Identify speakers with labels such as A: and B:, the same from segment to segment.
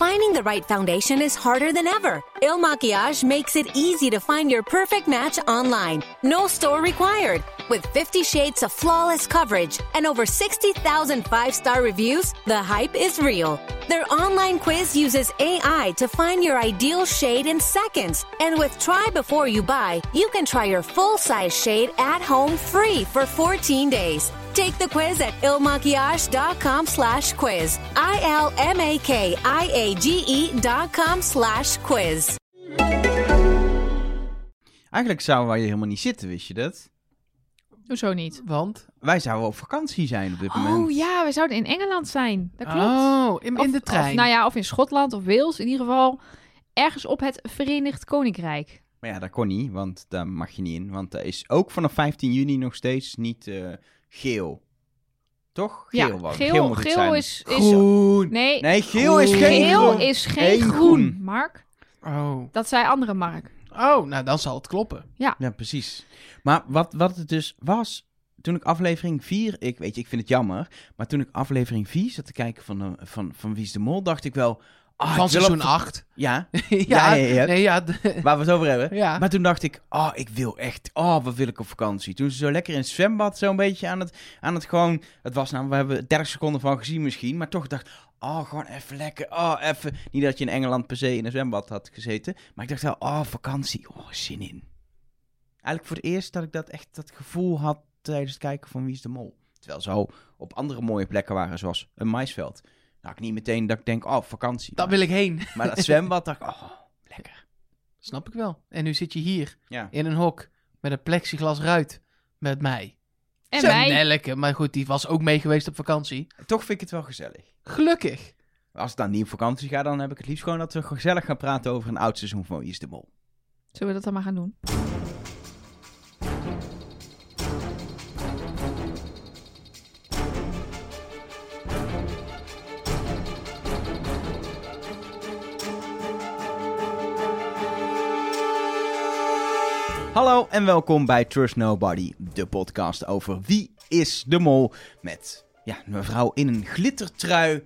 A: the right foundation is harder than ever. Il Maquillage makes it easy to find your perfect match online. No store required. With 50 shades of flawless coverage and over 60,000 five star reviews, the hype is real. Their online quiz uses AI to find your ideal shade in seconds. And with Try Before You Buy, you can try your full size shade at home free for 14 days. Take the quiz at ilmakiage.com slash quiz. I L M A K I A G E dot com slash quiz.
B: Eigenlijk zouden wij hier helemaal niet zitten, wist je dat?
C: Hoezo niet?
D: Want?
B: Wij zouden op vakantie zijn op dit moment.
C: Oh ja, we zouden in Engeland zijn. Dat klopt.
D: Oh, in, in
C: Of-
D: de trein.
C: Of, nou ja, of in Schotland of Wales. In ieder geval ergens op het Verenigd Koninkrijk.
B: Maar ja, dat kon niet, want daar mag je niet in. Want dat is ook vanaf 15 juni nog steeds niet eh, geel. Toch? Geel
C: ja,
B: was-
C: geel,
B: moet het
C: geel
B: zijn.
C: is... is
D: Groen.
C: nee,
B: Nee, geel is
D: Groen.
B: geen
C: geel
B: groen.
C: is geen
B: Geen
C: groen.
B: groen.
C: Mark.
D: Oh.
C: Dat zei andere Mark.
D: oh, nou dan zal het kloppen.
C: Ah,
B: Ja, precies. Maar wat, wat het dus was, toen ik aflevering 4... Ik weet je, ik vind het jammer. Maar toen ik aflevering 4 zat te kijken van, eh, van, van Wie is de Mol, dacht ik wel... ah, ik wil
D: Van
B: op
D: seizoen
B: vak-
D: 8.
B: Ja,
D: ja,
B: Ja, ja, ja.
D: Nee, ja, d-
B: waar we het over hebben.
D: Ja.
B: Maar toen dacht ik, oh, ik wil echt, oh, wat wil ik op vakantie. Toen ze zo lekker in het zwembad zo'n beetje aan het, aan het gewoon... Het was nou, we hebben 30 seconden van gezien misschien, maar toch dacht... Oh, gewoon even lekker, oh, even... Niet dat je in Engeland per se in een zwembad had gezeten, maar ik dacht wel, oh, vakantie, oh, zin in. Eigenlijk voor het eerst dat ik dat echt dat gevoel had tijdens het kijken van Wie is de Mol. Terwijl ze al op andere mooie plekken waren, zoals een maisveld. Nou, ik niet meteen dat ik denk, oh, vakantie.
D: daar
B: maar,
D: wil ik heen.
B: maar dat zwembad dacht ik, oh, lekker.
D: Snap ik wel. En nu zit je hier
B: Ja.
D: in een hok met een plexiglas ruit met mij.
C: En
D: Zo,
C: wij...
D: Nelleke, maar goed, die was ook mee geweest op vakantie.
B: Toch vind ik het wel gezellig.
D: Gelukkig.
B: Als ik dan niet op vakantie ga, dan heb ik het liefst gewoon dat we gezellig gaan praten over een oud seizoen van Wie is de Mol.
C: Zullen we dat dan maar gaan doen?
B: Hallo en welkom bij Trust Nobody, de podcast over Wie is de Mol. Met ja, een mevrouw in een glittertrui,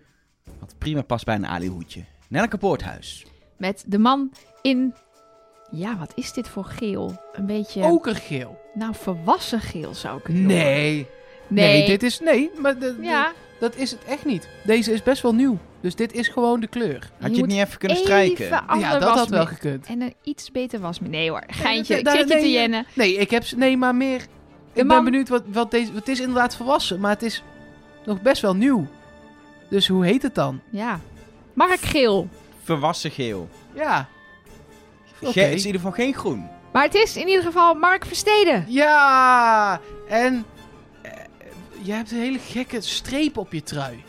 B: wat prima past bij een alihoedje. Nelke Poorthuis.
C: Met de man in... Ja, wat is dit voor geel? Een beetje...
D: Okergeel.
C: Nou, volwassen geel zou ik het noemen.
D: Oh. Nee.
C: Nee.
D: dit is... Nee, maar de- de-
C: Ja,
D: dat is het echt niet. Deze is best wel nieuw. Dus dit is gewoon de kleur.
B: Had je,
C: Je
B: het
C: moet
B: niet even kunnen strijken?
C: even ander
D: ja, dat had
C: wasmiddel.
D: wel gekund.
C: En een iets beter was Nee hoor, geintje.
D: Nee,
C: Ik zit je
D: nee,
C: te
D: nee.
C: jennen.
D: Nee, ik heb... ze- Nee, maar meer... ik
C: man-
D: ben benieuwd wat, wat deze... Het is inderdaad volwassen, maar het is nog best wel nieuw. Dus hoe heet het dan?
C: Ja. Mark Geel.
B: Verwassen geel.
D: Ja.
B: Ge-
D: Oké.
B: Het is in ieder geval geen groen.
C: Maar het is in ieder geval Mark Versteden.
D: Ja! En... eh, je hebt een hele gekke streep op je trui.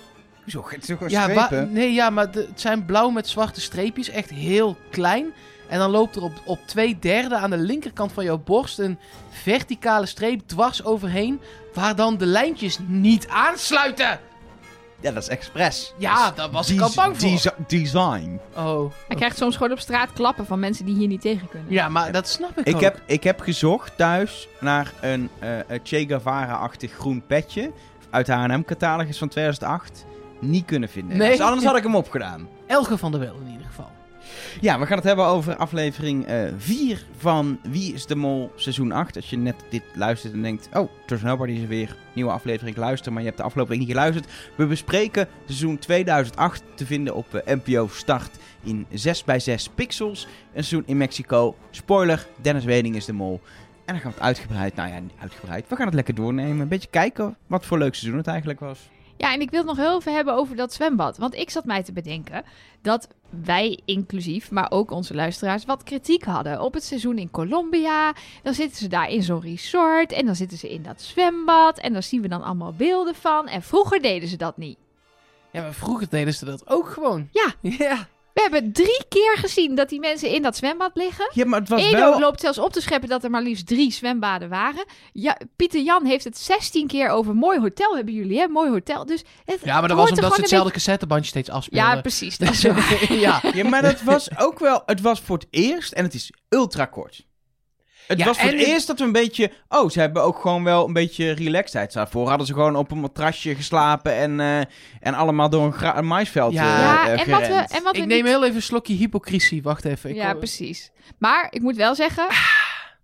B: Zo, het is toch gewoon
D: Ja, wa-
B: strepen?
D: nee, ja, maar de- het zijn blauw met zwarte streepjes. Echt heel klein. En dan loopt er op, op twee derde aan de linkerkant van jouw borst een verticale streep dwars overheen. Waar dan de lijntjes niet aansluiten.
B: Ja, dat is expres.
D: Ja,
B: Dat
D: daar was
B: is
D: ik al bang voor.
B: desi- Design.
D: Oh.
C: Hij krijgt soms gewoon op straat klappen van mensen die hier niet tegen kunnen.
D: Ja, maar dat snap ik,
B: Ik
D: ook.
B: heb, ik heb gezocht thuis naar een eh, een Che Guevara-achtig groen petje uit de H&M-catalogus van 2008. Niet kunnen vinden.
D: Nee.
B: Dus anders had ik hem opgedaan.
D: Elge van der Wel in ieder geval.
B: Ja, we gaan het hebben over aflevering 4 van Wie is de Mol seizoen 8. Als je net dit luistert en denkt, oh, Trust Nobody is er weer. Nieuwe aflevering, ik luister, maar je hebt de afgelopen week niet geluisterd. We bespreken seizoen 2008 te vinden op eh, NPO Start in 6x6 pixels. Een seizoen in Mexico. Spoiler, Dennis Weding is de Mol. En dan gaan we het uitgebreid, nou ja, niet uitgebreid. We gaan het lekker doornemen. Een beetje kijken wat voor leuk seizoen het eigenlijk was.
C: Ja, en ik wil het nog heel even hebben over dat zwembad. Want ik zat mij te bedenken dat wij inclusief, maar ook onze luisteraars, wat kritiek hadden op het seizoen in Colombia. Dan zitten ze daar in zo'n resort en dan zitten ze in dat zwembad. En daar zien we dan allemaal beelden van. En vroeger deden ze dat niet.
D: Ja, maar vroeger deden ze dat ook gewoon.
C: Ja.
D: Ja.
C: We hebben drie keer gezien dat die mensen in dat zwembad liggen.
B: Ja, maar het was
C: Edo
B: wel...
C: loopt zelfs op te scheppen dat er maar liefst drie zwembaden waren. Ja, Pieter Jan heeft het 16 keer over mooi hotel hebben jullie, hè? Mooi hotel. Dus het
D: Ja, maar dat
C: hoort
D: was
C: er
D: omdat ze
C: gewoon een
D: hetzelfde cassettebandje steeds
C: beetje-
D: afspelen.
C: Ja, precies. Dat is waar.
D: ja.
B: Ja, maar dat was ook wel... Het was voor het eerst en het is ultra kort. Het
D: Ja,
B: was voor
D: en
B: het
D: het-
B: eerst dat we een beetje... Oh, ze hebben ook gewoon wel een beetje relaxedheid. Daarvoor hadden ze gewoon op een matrasje geslapen en, eh, en allemaal door een, gra- een maisveld
D: Ja.
B: eh,
C: ja,
B: eh,
C: en wat we,
B: gerend.
C: en wat we
D: Ik
C: niet-
D: neem heel even een slokje hypocrisie. Wacht even. Ik
C: Ja,
D: hoor-
C: precies. Maar ik moet wel zeggen,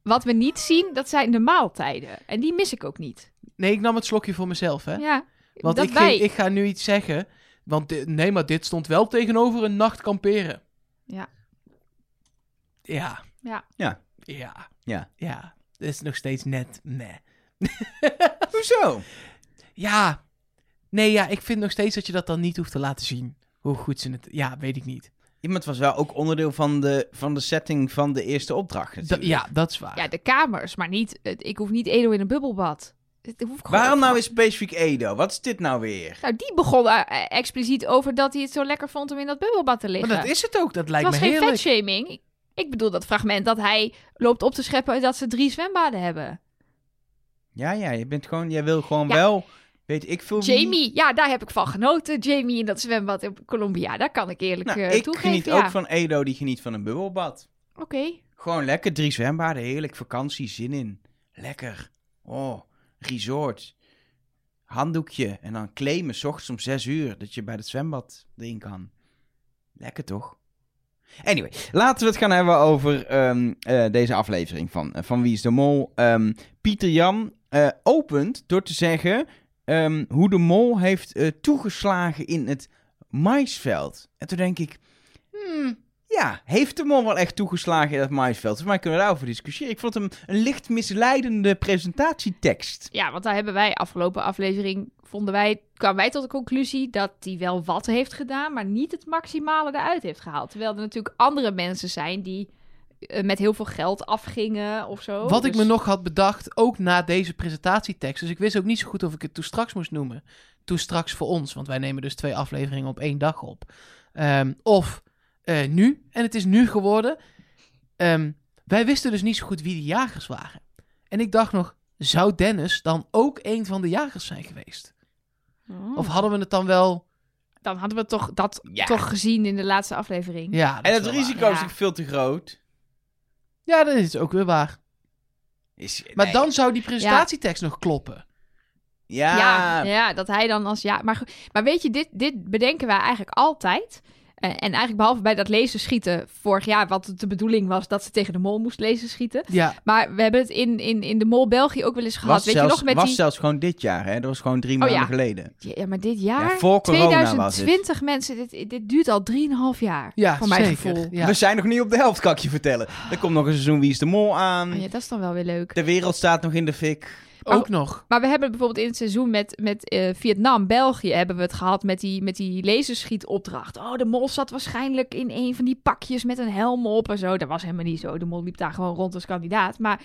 C: wat we niet zien, dat zijn de maaltijden. En die mis ik ook niet.
D: Nee, ik nam het slokje voor mezelf, hè.
C: Ja,
D: Want
C: dat
D: ik,
C: wij.
D: ging- ik ga nu iets zeggen. Want di- nee, maar dit stond wel tegenover een nacht kamperen.
C: Ja.
D: Ja.
C: Ja.
B: Ja.
D: Ja.
B: Ja.
D: Ja. Het is nog steeds net nee.
B: Hoezo?
D: Ja. Nee, ja, ik vind nog steeds dat je dat dan niet hoeft te laten zien. Hoe goed ze het... Ja, weet ik niet.
B: Ja, maar het was wel ook onderdeel van de, van de setting van de eerste opdracht
D: Da-
B: natuurlijk.
D: ja, dat is waar.
C: ja, de kamers, maar niet, het- ik hoef niet Edo in een bubbelbad. Het hoef ik gewoon-
B: Waarom nou is specifiek Edo? Wat is dit nou weer?
C: Nou, die begon eh, eh, expliciet over dat hij het zo lekker vond om in dat bubbelbad te liggen.
D: maar dat is het ook. Dat
C: het
D: lijkt
C: was
D: me
C: geen
D: heerlijk.
C: vetshaming. Ik bedoel dat fragment dat hij loopt op te scheppen dat ze drie zwembaden hebben.
B: Ja, ja, je bent gewoon... Jij wil gewoon
C: Ja.
B: wel... Weet ik veel wie-
C: Jamie, ja, daar heb ik van genoten. Jamie in dat zwembad in Colombia, daar kan ik eerlijk
B: Nou,
C: eh,
B: ik
C: toegeven.
B: geniet
C: ja.
B: ook van Edo, die geniet van een bubbelbad.
C: Oké,
B: Gewoon lekker, drie zwembaden, heerlijk, vakantie, zin in. Lekker. Oh, resort. Handdoekje en dan claimen, s ochtends om zes uur, dat je bij het zwembad erin kan. Lekker toch? Anyway, laten we het gaan hebben over ehm, eh, deze aflevering van, eh, van Wie is de Mol. Ehm, Pieter Jan eh, opent door te zeggen ehm, hoe de mol heeft eh, toegeslagen in het maisveld. En toen denk ik, hmm, ja, heeft de mol wel echt toegeslagen in dat maisveld? Volgens mij kunnen we daarover discussiëren. Ik vond hem een licht misleidende presentatietekst.
C: Ja, want daar hebben wij afgelopen aflevering vonden wij, kwamen wij tot de conclusie dat hij wel wat heeft gedaan, maar niet het maximale eruit heeft gehaald. Terwijl er natuurlijk andere mensen zijn die eh, met heel veel geld afgingen of zo.
D: Wat ik
C: Dus-
D: me nog had bedacht, ook na deze presentatietekst. Dus ik wist ook niet zo goed of ik het toen straks moest noemen. Toen straks voor ons, want wij nemen dus twee afleveringen op één dag op. Ehm, of eh, nu, en het is nu geworden. Ehm, wij wisten dus niet zo goed wie de jagers waren. En ik dacht nog, zou Dennis dan ook een van de jagers zijn geweest?
C: Oh.
D: Of hadden we het dan wel...
C: dan hadden we toch dat
B: Ja.
C: toch gezien in de laatste aflevering.
D: Ja, dat
B: En
D: is
B: het
D: wel waar.
B: risico is
C: Ja.
B: ook veel te groot.
D: Ja, dat is ook weer waar.
B: Is,
D: Maar
B: nee.
D: dan zou die presentatietekst nog kloppen.
B: Ja,
C: Ja, eh, ja, dat hij dan als ja. Maar, goed, maar weet je, dit, dit bedenken wij eigenlijk altijd. Eh, en eigenlijk behalve bij dat lezen schieten vorig jaar, wat de bedoeling was dat ze tegen de mol moest lezen schieten.
D: Ja,
C: Maar we hebben het in, in, in de Mol België ook wel eens gehad.
B: was,
C: Weet
B: zelfs,
C: je nog met
B: was
C: die.
B: zelfs gewoon dit jaar, hè? Dat was gewoon drie
C: Oh,
B: maanden
C: ja.
B: geleden.
C: Ja, maar dit jaar.
B: Ja, voor corona was het.
C: 2020 mensen, dit, dit duurt al 3,5 jaar.
D: ja
C: voor mijn
D: zeker.
C: gevoel.
D: Ja.
B: We zijn nog niet op de helft, kan ik je vertellen. Er komt nog een seizoen Wie is de Mol aan.
C: Oh ja, dat is dan wel weer leuk.
B: De wereld staat nog in de fik.
D: ook nog.
C: Maar we hebben bijvoorbeeld in het seizoen met, met eh, Vietnam, België, hebben we het gehad met die, met die laserschietopdracht. Oh, de mol zat waarschijnlijk in een van die pakjes met een helm op en zo. Dat was helemaal niet zo. De mol liep daar gewoon rond als kandidaat. Maar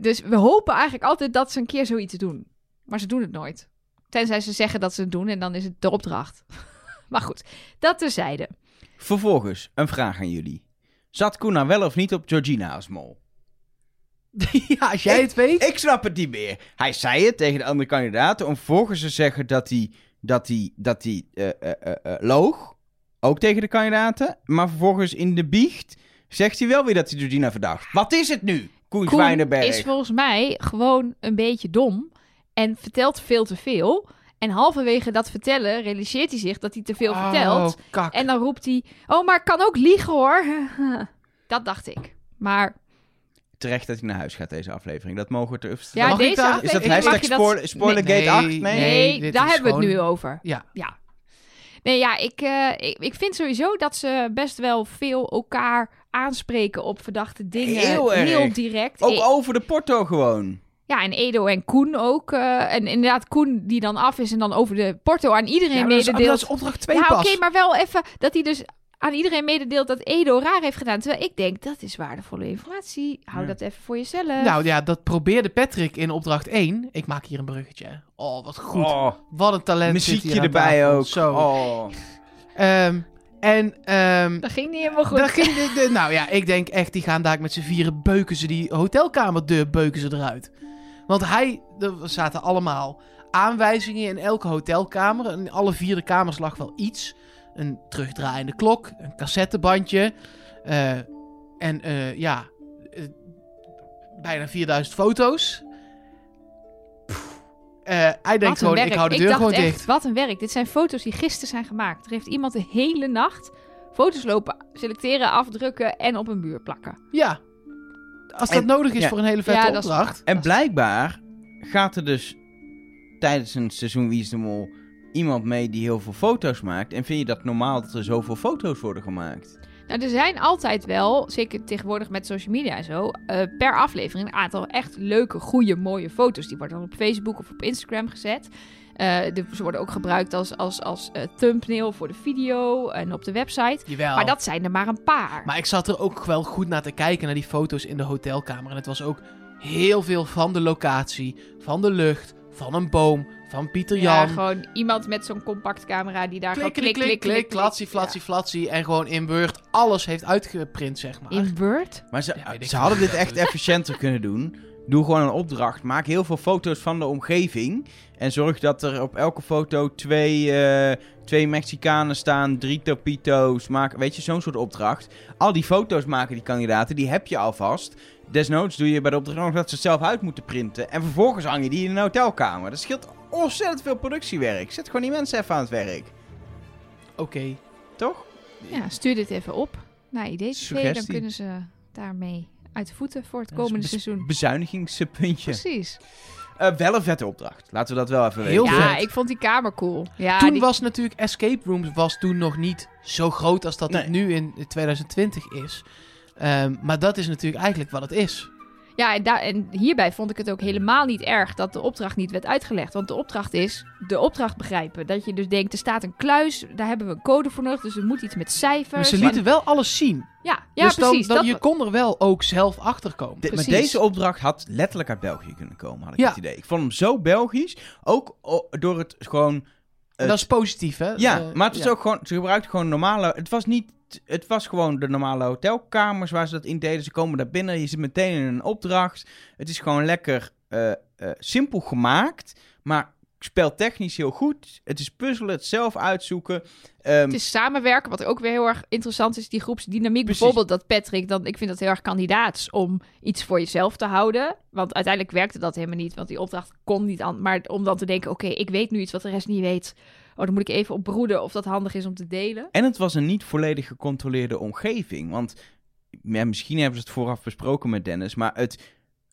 C: dus we hopen eigenlijk altijd dat ze een keer zoiets doen. Maar ze doen het nooit. Tenzij ze zeggen dat ze het doen en dan is het de opdracht. maar goed, dat terzijde.
B: Vervolgens, een vraag aan jullie. Zat Koena wel of niet op Georgina als mol?
D: ja, als jij het weet.
B: Ik snap het niet meer. Hij zei het tegen de andere kandidaten om vervolgens te zeggen dat hij, dat hij, dat hij eh, eh, eh, eh, loog. Ook tegen de kandidaten. Maar vervolgens in de biecht zegt hij wel weer dat hij Georgina verdacht. Wat is het nu, Koen,
C: Koen
B: Zwijnenberg?
C: is volgens mij gewoon een beetje dom en vertelt veel te veel. En halverwege dat vertellen realiseert hij zich dat hij te veel vertelt.
D: Oh, kak.
C: En dan roept hij: Oh, maar ik kan ook liegen hoor. dat dacht ik. Maar
B: Terecht dat hij naar huis gaat deze aflevering. Dat mogen we ter
C: ja,
D: Mag ik
C: deze
D: daar-
B: Is dat
C: aflevering mag
B: hashtag
C: je dat-
B: spoiler, Spoilergate
D: Nee.
B: 8?
C: Nee,
B: Nee.
D: Nee,
C: nee
D: dit
C: daar
D: is
C: hebben we het nu
D: gewoon-
C: over.
D: Ja.
C: Ja. Nee, ja, ik, eh, ik, ik vind sowieso dat ze best wel veel elkaar aanspreken op verdachte dingen.
B: Heel erg.
C: direct.
B: Ook
C: Ik-
B: over de porto gewoon.
C: Ja, en Edo en Koen ook. eh, en inderdaad, Koen die dan af is en dan over de porto aan iedereen
D: Ja, maar dat, is,
C: mededeelt.
D: dat is opdracht 2
C: ja, oké,
D: pas.
C: maar wel even dat hij dus aan iedereen mededeelt dat Edo raar heeft gedaan. Terwijl ik denk, dat is waardevolle informatie. Hou
B: Ja.
C: dat even voor jezelf.
D: Nou ja, dat probeerde Patrick in opdracht 1. Ik maak hier een bruggetje. Oh, wat goed.
B: Oh,
D: Wat een talent zit hier
B: muziekje
D: aan
B: erbij
D: tafel.
B: ook.
D: Zo.
B: Oh.
D: Ehm, en... ehm
C: dat ging niet helemaal goed.
D: daar ging de, de- nou ja, ik denk echt, die gaan daar met z'n vieren beuken ze die hotelkamerdeur beuken ze eruit. Want hij, er zaten allemaal aanwijzingen in elke hotelkamer. En in alle vier de kamers lag wel iets. Een terugdraaiende klok, een cassettebandje. eh, en eh, ja, eh, bijna 4000 foto's. Pff, eh, hij denkt
C: Wat een
D: gewoon,
C: werk.
D: ik hou de deur
C: dacht
D: gewoon
C: echt,
D: dicht.
C: Wat een werk. Dit zijn foto's die gisteren zijn gemaakt. Er heeft iemand de hele nacht foto's lopen selecteren, afdrukken en op een muur plakken.
D: Ja. Als dat
B: En-
D: nodig is
B: ja.
D: voor een hele vette
C: Ja, dat is-
D: opdracht.
B: En blijkbaar gaat er dus tijdens een seizoen Wie is de Mol iemand mee die heel veel foto's maakt. En vind je dat normaal dat er zoveel foto's worden gemaakt?
C: Nou, er zijn altijd wel, zeker tegenwoordig met social media en zo, eh, per aflevering een aantal echt leuke, goede, mooie foto's. Die worden dan op Facebook of op Instagram gezet. Eh, de- ze worden ook gebruikt als, als, als eh, thumbnail voor de video en op de website.
D: Jawel.
C: Maar dat zijn er maar een paar.
D: Maar ik zat er ook wel goed naar te kijken, naar die foto's in de hotelkamer. En het was ook heel veel van de locatie, van de lucht, van een boom, van Pieter
C: ja,
D: Jan.
C: gewoon iemand met zo'n compactcamera die daar gewoon
D: klik,
C: klik,
D: klik, klik, klik, flatsie, flatsie, flatsie. En gewoon in Word alles heeft uitgeprint, zeg maar.
C: Ja. In Word?
B: Maar ze,
D: Ja, weet ik
B: ze hadden dit
D: veel.
B: echt efficiënter kunnen doen. Doe gewoon een opdracht. Maak heel veel foto's van de omgeving. En zorg dat er op elke foto twee, eh, twee Mexicanen staan. Drie Topito's. Maak, weet je, zo'n soort opdracht. Al die foto's maken die kandidaten. Die heb je alvast. Desnoods doe je bij de opdracht nog dat ze het zelf uit moeten printen. En vervolgens hang je die in een hotelkamer. Dat scheelt ontzettend veel productiewerk. Zet gewoon die mensen even aan het werk.
D: Oké.
B: Toch?
C: Ja, stuur dit even op naar IDTV. Dan
B: Suggestie.
C: kunnen ze daarmee uit de voeten voor het
B: Dat is
C: komende
B: een bes-
D: Hm.
C: seizoen.
B: Bezuinigingspuntje.
C: Precies.
B: Eh, wel een vette opdracht. Laten we dat wel even
D: Heel
B: weten.
C: ja,
D: vet.
C: ik vond die kamer cool. Ja,
D: toen
C: Ah, die-
D: was natuurlijk Escape Rooms was toen nog niet zo groot als dat het
B: Nee.
D: nu in 2020 is. Ehm, maar dat is natuurlijk eigenlijk wat het is.
C: ja en, daar- en hierbij vond ik het ook helemaal niet erg dat de opdracht niet werd uitgelegd. Want de opdracht is de opdracht begrijpen. Dat je dus denkt, er staat een kluis, daar hebben we een code voor nodig, dus er moet iets met
D: Maar
C: cijfers.
D: ze lieten wel alles zien.
C: En- Ja, ja
D: dus dan,
C: precies.
D: dan,
C: dat,
D: je kon er wel ook zelf achter komen.
B: De- maar
C: Precies.
B: deze opdracht had letterlijk uit België kunnen komen, had ik
D: Ja.
B: het idee. Ik vond hem zo Belgisch, ook o- door het gewoon...
D: En dat is positief, hè?
B: Ja,
D: Eh,
B: maar het was
D: ja.
B: ook gewoon... Ze gebruikten gewoon normale... Het was niet... Het was gewoon de normale hotelkamers waar ze dat in deden. Ze komen daar binnen, je zit meteen in een opdracht. Het is gewoon lekker eh, eh, simpel gemaakt, maar speltechnisch heel goed. Het is puzzelen, het zelf uitzoeken. Ehm,
C: Het is samenwerken, wat ook weer heel erg interessant is, die groepsdynamiek.
B: Precies.
C: Bijvoorbeeld dat Patrick, dan, ik vind dat heel erg kandidaats om iets voor jezelf te houden. Want uiteindelijk werkte dat helemaal niet, want die opdracht kon niet aan. Maar om dan te denken, oké, ik weet nu iets wat de rest niet weet. Oh, dan moet ik even op broeden of dat handig is om te delen.
B: En het was een niet volledig gecontroleerde omgeving. Want ja, misschien hebben ze het vooraf besproken met Dennis. Maar het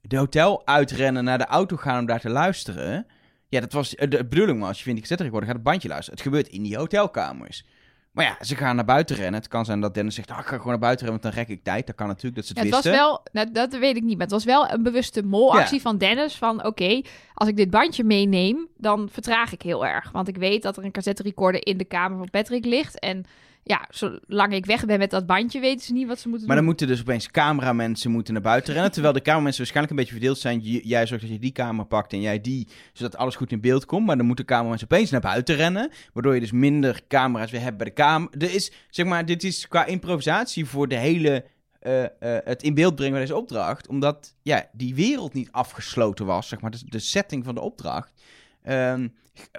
B: de hotel uitrennen, naar de auto gaan om daar te luisteren. Ja, dat was eh, de bedoeling was. Je vindt die cassette recorder, gaat het bandje luisteren. Het gebeurt in die hotelkamers. Maar ja, ze gaan naar buiten rennen. Het kan zijn dat Dennis zegt, ah, ik ga gewoon naar buiten rennen, want dan rek ik tijd. Dat kan natuurlijk dat ze
C: Ja,
B: het
C: het was
B: wisten.
C: wel, nou, dat weet ik niet, maar het was wel een bewuste molactie van Dennis. Van oké, als ik dit bandje meeneem, dan vertraag ik heel erg. Want ik weet dat er een cassette recorder in de kamer van Patrick ligt. En ja, zolang ik weg ben met dat bandje, weten ze niet wat ze moeten
B: Maar
C: doen.
B: dan moeten dus opeens cameramensen moeten naar buiten rennen. Terwijl de cameramensen waarschijnlijk een beetje verdeeld zijn. J- jij zorgt dat je die kamer pakt en jij die. Zodat alles goed in beeld komt. Maar dan moeten cameramensen opeens naar buiten rennen. Waardoor je dus minder camera's weer hebt bij de kamer. Er is, zeg maar, dit is qua improvisatie voor de hele... eh, eh, het in beeld brengen van deze opdracht. Omdat ja, die wereld niet afgesloten was. Zeg maar, dus de setting van de opdracht. Ehm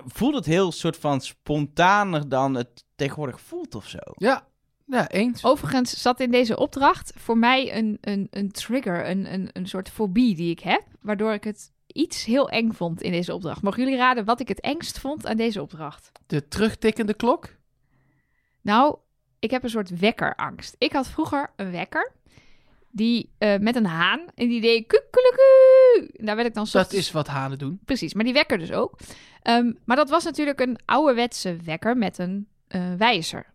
B: voelde het heel soort van spontaner dan het tegenwoordig voelt of zo.
D: Ja, ja eens.
C: Oh. Overigens zat in deze opdracht voor mij een, een, een trigger, een, een, een soort fobie die ik heb, waardoor ik het iets heel eng vond in deze opdracht. Mogen jullie raden wat ik het engst vond aan deze opdracht?
D: De terugtikkende klok.
C: Nou, ik heb een soort wekkerangst. Ik had vroeger een wekker die eh, met een haan en die deed kukkelekuu. En Daar werd ik dan
D: Dat
C: ochtends-
D: is wat hanen doen.
C: precies. Maar die wekker dus ook. Ehm, maar dat was natuurlijk een ouderwetse wekker met een eh, wijzer.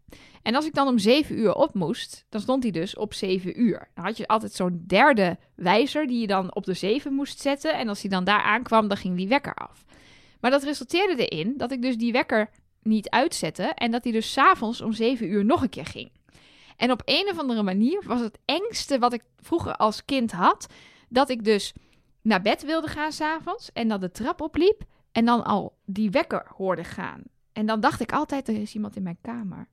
C: En als ik dan om zeven uur op moest, dan stond die dus op zeven uur. Dan had je altijd zo'n derde wijzer die je dan op de zeven moest zetten. En als die dan daar aankwam, dan ging die wekker af. Maar dat resulteerde erin dat ik dus die wekker niet uitzette. En dat die dus s'avonds om zeven uur nog een keer ging. En op een of andere manier was het engste wat ik vroeger als kind had... dat ik dus naar bed wilde gaan s'avonds en dan de trap opliep en dan al die wekker hoorde gaan. En dan dacht ik altijd, er is iemand in mijn kamer.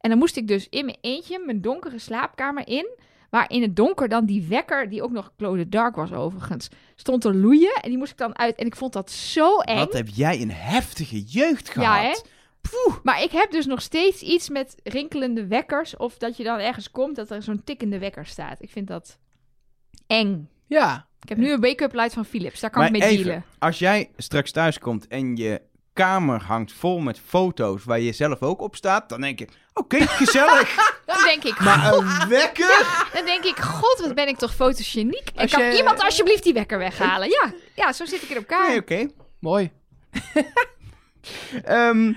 C: En dan moest ik dus in mijn eentje mijn donkere slaapkamer in, waar in het donker dan die wekker, die ook nog Close Dark was overigens, stond te loeien en die moest ik dan uit. En ik vond dat zo eng.
B: Wat heb jij een heftige jeugd
C: Ja,
B: gehad.
C: hè? Maar ik heb dus nog steeds iets met rinkelende wekkers of dat je dan ergens komt dat er zo'n tikkende wekker staat. Ik vind dat eng.
D: Ja,
C: Ik heb nu een wake-up light van Philips. Daar kan ik mee
B: even,
C: dealen.
B: Als jij straks thuis komt en je kamer hangt vol met foto's waar je zelf ook op staat, dan denk je, oké, gezellig,
C: Dan denk ik,
B: maar een wekker.
C: dan denk ik, god, wat ben ik toch fotogeniek. En
D: Als
C: kan
D: je-
C: iemand alsjeblieft die wekker weghalen? Ja, ja zo zit ik in elkaar.
B: Nee, oké.
D: Mooi.
B: Ehm,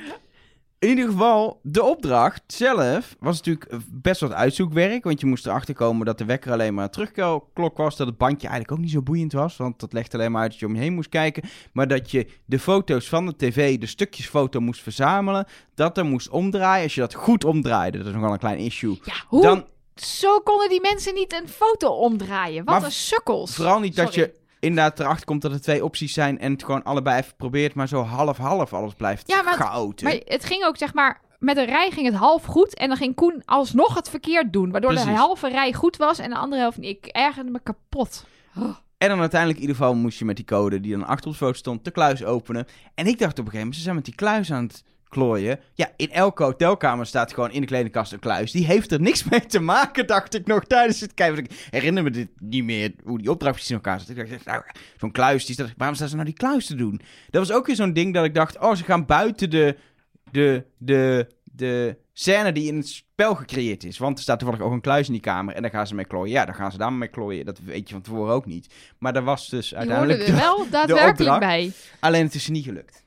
B: in ieder geval, de opdracht zelf was natuurlijk best wat uitzoekwerk. Want je moest erachter komen dat de wekker alleen maar een terugklok was. Dat het bandje eigenlijk ook niet zo boeiend was. Want dat legt alleen maar uit dat je om je heen moest kijken. Maar dat je de foto's van de tv, de stukjes foto moest verzamelen. Dat er moest omdraaien. Als je dat goed omdraaide, dat is nogal een klein issue.
C: Ja, hoe?
B: Dan
C: Zo konden die mensen niet een foto omdraaien. Wat
B: Maar
C: een sukkels.
B: vooral niet dat
C: Sorry.
B: je inderdaad erachter komt dat er twee opties zijn. En het gewoon allebei even probeert. Maar zo half-half alles blijft
C: Ja, maar-
B: chaotisch.
C: Maar het ging ook, zeg maar, met een rij ging het half goed. En dan ging Koen alsnog het verkeerd doen. Waardoor de
B: Precies.
C: halve rij goed was en de andere helft niet. Ik ergerde me kapot.
B: En dan uiteindelijk in ieder geval moest je met die code die dan achter op de foto stond, de kluis openen. En ik dacht op een gegeven moment, ze zijn met die kluis aan het klooien. Ja, in elke hotelkamer staat gewoon in de kledingkast een kluis. Die heeft er niks mee te maken, dacht ik nog tijdens het kijken. Want Ik herinner me dit niet meer, hoe die opdracht precies in elkaar zat. Ik dacht, nou, zo'n kluis, die staat, waarom staan ze nou die kluis te doen? Dat was ook weer zo'n ding dat ik dacht, oh, ze gaan buiten de, de, de, de scène die in het spel gecreëerd is. Want er staat toevallig ook een kluis in die kamer en daar gaan ze mee klooien. Ja, daar gaan ze daar mee klooien. Dat weet je van tevoren ook niet. Maar daar was dus
C: Die hoorden
B: uiteindelijk...
C: er wel daadwerkelijk
B: opdracht.
C: bij.
B: Alleen het is niet gelukt.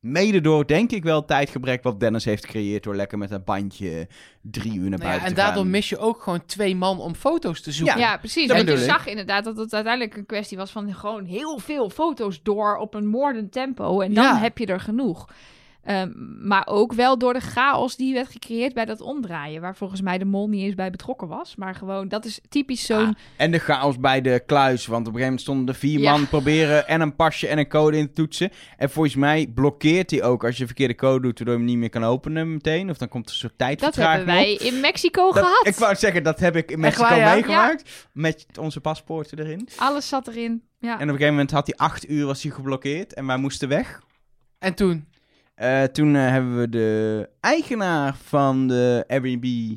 B: Mede door, denk ik wel, tijdgebrek wat Dennis heeft gecreëerd... door lekker met dat bandje drie uur naar
D: Nou ja,
B: buiten
D: en
B: te gaan.
D: daardoor mis je ook gewoon twee man om foto's te zoeken.
C: Ja, precies.
B: dat
C: Want je
B: bedoel ik.
C: zag inderdaad dat het uiteindelijk een kwestie was van gewoon heel veel foto's door op een moordend tempo. En dan
D: Ja.
C: heb je er genoeg. Ehm, maar ook wel door de chaos die werd gecreëerd bij dat omdraaien. Waar volgens mij de mol niet eens bij betrokken was. Maar gewoon, dat is typisch zo'n...
B: En de chaos bij de kluis. Want op een gegeven moment stonden er vier
C: Ja.
B: man proberen en een pasje en een code in te toetsen. En volgens mij blokkeert hij ook als je een verkeerde code doet, waardoor je hem niet meer kan openen meteen. Of dan komt er een soort
C: dat
B: tijdvertraging
C: hebben wij
B: op.
C: in Mexico
B: Dat-
C: gehad.
B: Ik wou zeggen, dat heb ik in
D: Echt
B: Mexico
D: waar, ja?
B: meegemaakt. Met onze paspoorten erin.
C: Alles zat erin. Ja.
B: En op een gegeven moment had hij acht uur was hij geblokkeerd en wij moesten weg.
D: En toen,
B: Eh, toen eh, hebben we de eigenaar van de Airbnb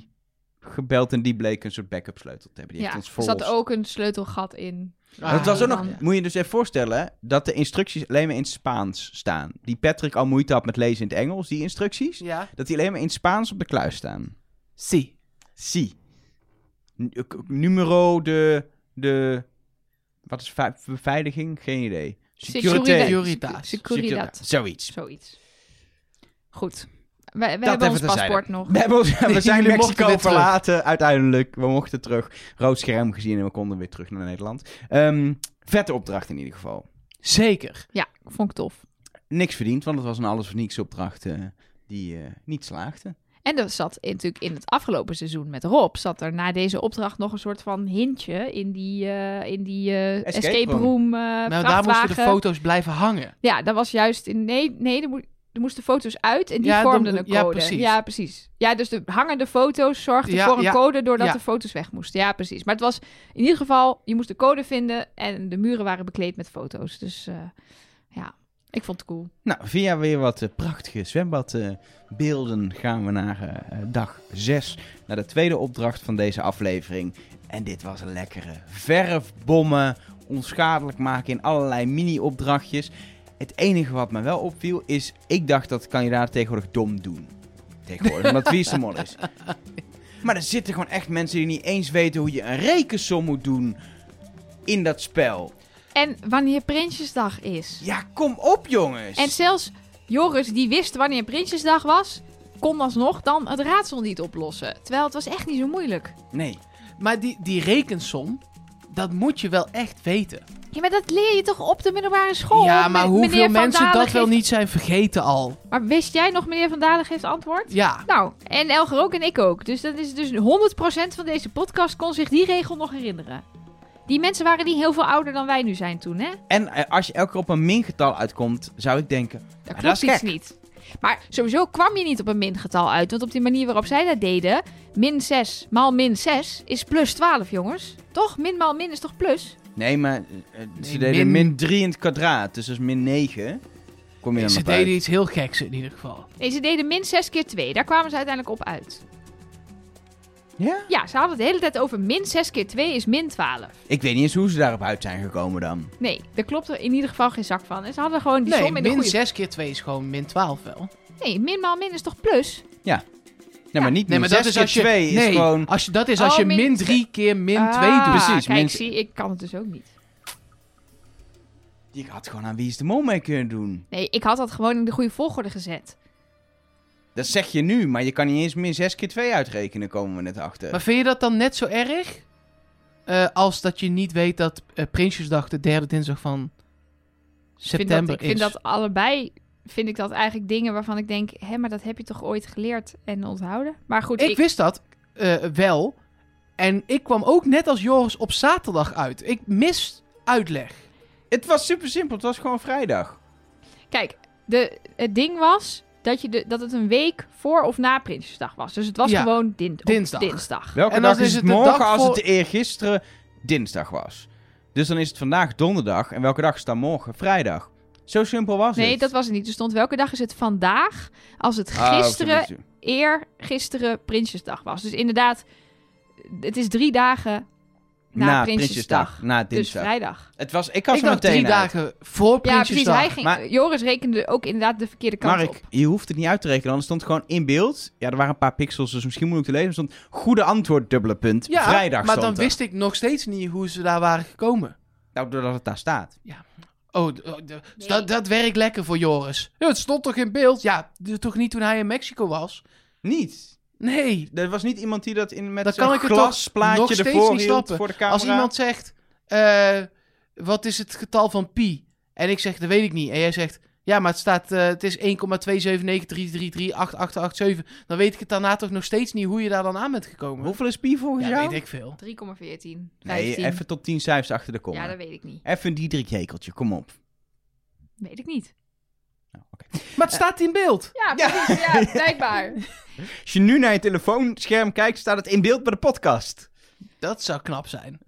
B: gebeld en die bleek een soort backup sleutel te hebben. Die
C: ja.
B: heeft
C: Er
B: ons volgens...
C: zat ook een sleutelgat in.
D: Ah,
B: dat was ook nog,
C: dan-
B: moet je dus even voorstellen, dat de instructies alleen maar in het Spaans staan. Die Patrick al moeite had met lezen in het Engels, die instructies,
D: ja,
B: dat die alleen maar in het Spaans op de kluis staan.
D: zie.
B: Si. N- eh, k- Numero de, de, wat is vei- beveiliging? Geen idee.
D: Security.
B: Security.
D: Securitas.
C: Securitas.
B: Zoiets.
C: Zoiets. Goed. We, we hebben
B: even
C: ons
B: terzijde.
C: paspoort nog.
B: We, hebben ons- we zijn
D: Jullie mochten
B: Mexico
D: weer terug.
B: verlaten, uiteindelijk. We mochten terug. Rood scherm gezien en we konden weer terug naar Nederland. Ehm, vette opdracht in ieder geval.
D: Zeker.
C: Ja, vond ik tof.
B: Niks verdiend, want het was een alles of niets opdracht eh, die eh, niet slaagde.
C: En dat zat in- natuurlijk in het afgelopen seizoen met Rob. Zat er na deze opdracht nog een soort van hintje in die, eh, in die eh, escape,
B: Escape
C: room. eh
D: nou, daar moesten de
C: vrachtwagen.
D: foto's blijven hangen.
C: Ja, dat was juist in. Nee, nee er, moe- er moesten foto's uit en die
D: Ja, dan-
C: vormden een code.
D: ja, precies.
C: Ja, precies. Ja, dus de hangende foto's zorgden
D: Ja,
C: voor een
D: ja,
C: code doordat
D: ja.
C: de foto's weg moesten. Ja, precies. Maar het was in ieder geval, je moest de code vinden en de muren waren bekleed met foto's. Dus eh, ja, ik vond het cool.
B: Nou, via weer wat eh, prachtige zwembadbeelden gaan we naar eh, dag 6. Naar de tweede opdracht van deze aflevering. En dit was een lekkere verfbommen. Onschadelijk maken in allerlei mini-opdrachtjes. Het enige wat me wel opviel is, ik dacht dat kandidaten tegenwoordig dom doen. Tegenwoordig, omdat wie is de mol is. Maar er zitten gewoon echt mensen die niet eens weten hoe je een rekensom moet doen in dat spel.
C: En wanneer Prinsjesdag is.
B: Ja, kom op jongens!
C: En zelfs Joris, die wist wanneer Prinsjesdag was, kon alsnog dan het raadsel niet oplossen. Terwijl het was echt niet zo moeilijk.
B: Nee.
D: Maar die, die rekensom, dat moet je wel echt weten.
C: Ja, maar dat leer je toch op de middelbare school?
D: ja,
C: Me-
D: maar
C: meneer
D: hoeveel
C: Van
D: mensen dat
C: Dalen
D: wel
C: geeft-
D: niet zijn vergeten al.
C: Maar wist jij nog, meneer Van Dalen geeft antwoord?
D: Ja,
C: Nou, en Elger ook en ik ook. Dus dat is dus 100% van deze podcast kon zich die regel nog herinneren. Die mensen waren niet heel veel ouder dan wij nu zijn toen, hè?
B: En eh, als je elke keer op een mingetal uitkomt, zou ik denken...
C: Dat
B: dat
C: klopt
B: is
C: iets
B: gek.
C: niet. Maar sowieso kwam je niet op een mingetal uit. Want op die manier waarop zij dat deden, min 6 maal min 6 is plus 12, jongens. Toch? Min maal min is toch plus?
B: Nee, maar eh, eh, ze
D: Nee,
B: deden
D: min-
B: min 3 in het kwadraat. Dus dat is min 9. Kom je dan
D: ze
B: op uit.
D: deden iets heel geks in ieder geval.
C: Nee, ze deden min 6 keer 2. Daar kwamen ze uiteindelijk op uit.
B: Ja?
C: Ja, ze hadden het de hele tijd over min 6 keer 2 is min 12.
B: Ik weet niet eens hoe ze daarop uit zijn gekomen dan.
C: Nee, daar klopt er in ieder geval geen zak van. En ze hadden gewoon die
D: Nee,
C: som in de
D: min
C: goede...
D: 6 keer 2 is gewoon min 12 wel.
C: Nee, min maal min is toch plus?
B: Nee, maar niet
D: Nee,
B: min
D: maar dat
B: zes
D: is
B: keer
D: als je...
B: twee
D: nee,
B: is gewoon...
D: als je, dat is als
C: Oh,
D: je
C: min
D: min
C: twee.
D: 3 keer min 2
C: Ah,
D: doet.
B: Precies,
C: Kijk,
B: min-
C: zie, ik kan het dus ook niet.
B: Ik had gewoon aan Wie is de Mol mee kunnen doen.
C: Nee, ik had dat gewoon in de goede volgorde gezet.
B: Dat zeg je nu, maar je kan niet eens min 6 keer 2 uitrekenen, komen we net achter.
D: Maar vind je dat dan net zo erg? eh, als dat je niet weet dat eh, Prinsjesdag de derde dinsdag van september
C: ik vind dat, ik
D: is.
C: vind dat allebei, vind ik dat eigenlijk dingen waarvan ik denk... Hé, maar dat heb je toch ooit geleerd en onthouden? Maar goed,
D: ik,
C: ik...
D: wist dat eh, wel. En ik kwam ook net als Joris op zaterdag uit. Ik mis uitleg.
B: Het was super simpel, het was gewoon vrijdag.
C: Kijk, de, het ding was dat, je de, dat het een week voor of na Prinsjesdag was. Dus het was
D: Ja,
C: gewoon din, op
D: dinsdag.
C: dinsdag.
B: Welke
D: En dan
B: dag
D: is
B: is
D: het
B: het
D: de
B: morgen
D: dag
B: als
D: voor-
B: het eergisteren dinsdag was? Dus dan is het vandaag donderdag en welke dag is dan morgen? Vrijdag. Zo simpel was
C: Nee,
B: het.
C: dat was het niet. Er stond welke dag is het vandaag als het
B: Ah, oké,
C: gisteren,
B: dat is-
C: eer gisteren Prinsjesdag was. Dus inderdaad, het is drie dagen na,
B: na
C: Prinsjesdag.
B: Prinsjesdag, na
C: Dus
B: dinsdag.
C: vrijdag.
B: Het was, ik had
D: ik
B: ze
D: dacht
B: meteen
D: drie
B: uit.
D: dagen voor
C: Ja, precies.
D: Prinsjesdag.
C: Hij ging,
B: Maar-
C: Joris rekende ook inderdaad de verkeerde kant op.
B: Mark, je hoeft het niet uit te rekenen, anders stond gewoon in beeld. Ja, er waren een paar pixels, dus misschien moeilijk te lezen. Er stond goede antwoord, dubbele punt.
D: ja,
B: Vrijdag
D: maar
B: stond
D: dan
B: er.
D: wist ik nog steeds niet hoe ze daar waren gekomen.
B: Nou, doordat het daar staat.
D: Oh, d- oh, d- dat, dat werkt lekker voor Joris. Ja, het stond toch in beeld? Ja, d- toch niet toen hij in Mexico was?
B: Niet.
D: Nee.
B: Er was niet iemand die dat in, met
D: Dan
B: een
D: kan ik het toch nog
B: glasplaatje
D: steeds
B: ervoor
D: niet
B: hield
D: snappen.
B: voor de camera.
D: Als iemand zegt, eh, wat is het getal van pi? En ik zeg, dat weet ik niet. En jij zegt, ja, maar het staat, eh, het is 1,279333887. Dan weet ik het daarna toch nog steeds niet hoe je daar dan aan bent gekomen.
B: Hoeveel is pi volgens
D: ja,
B: jou?
D: weet ik veel.
C: 3,14.
B: Nee,
C: 15.
B: even tot 10 cijfers achter de kom.
C: Ja, dat weet ik niet.
B: Even een Diederik Jekeltje, kom op.
C: Weet ik niet.
B: Nou, oké.
D: Maar het staat in beeld.
C: Ja,
B: Ja.
C: precies. Ja, blijkbaar.
B: Als je nu naar je telefoonscherm kijkt, staat het in beeld bij de podcast.
D: Dat zou knap zijn.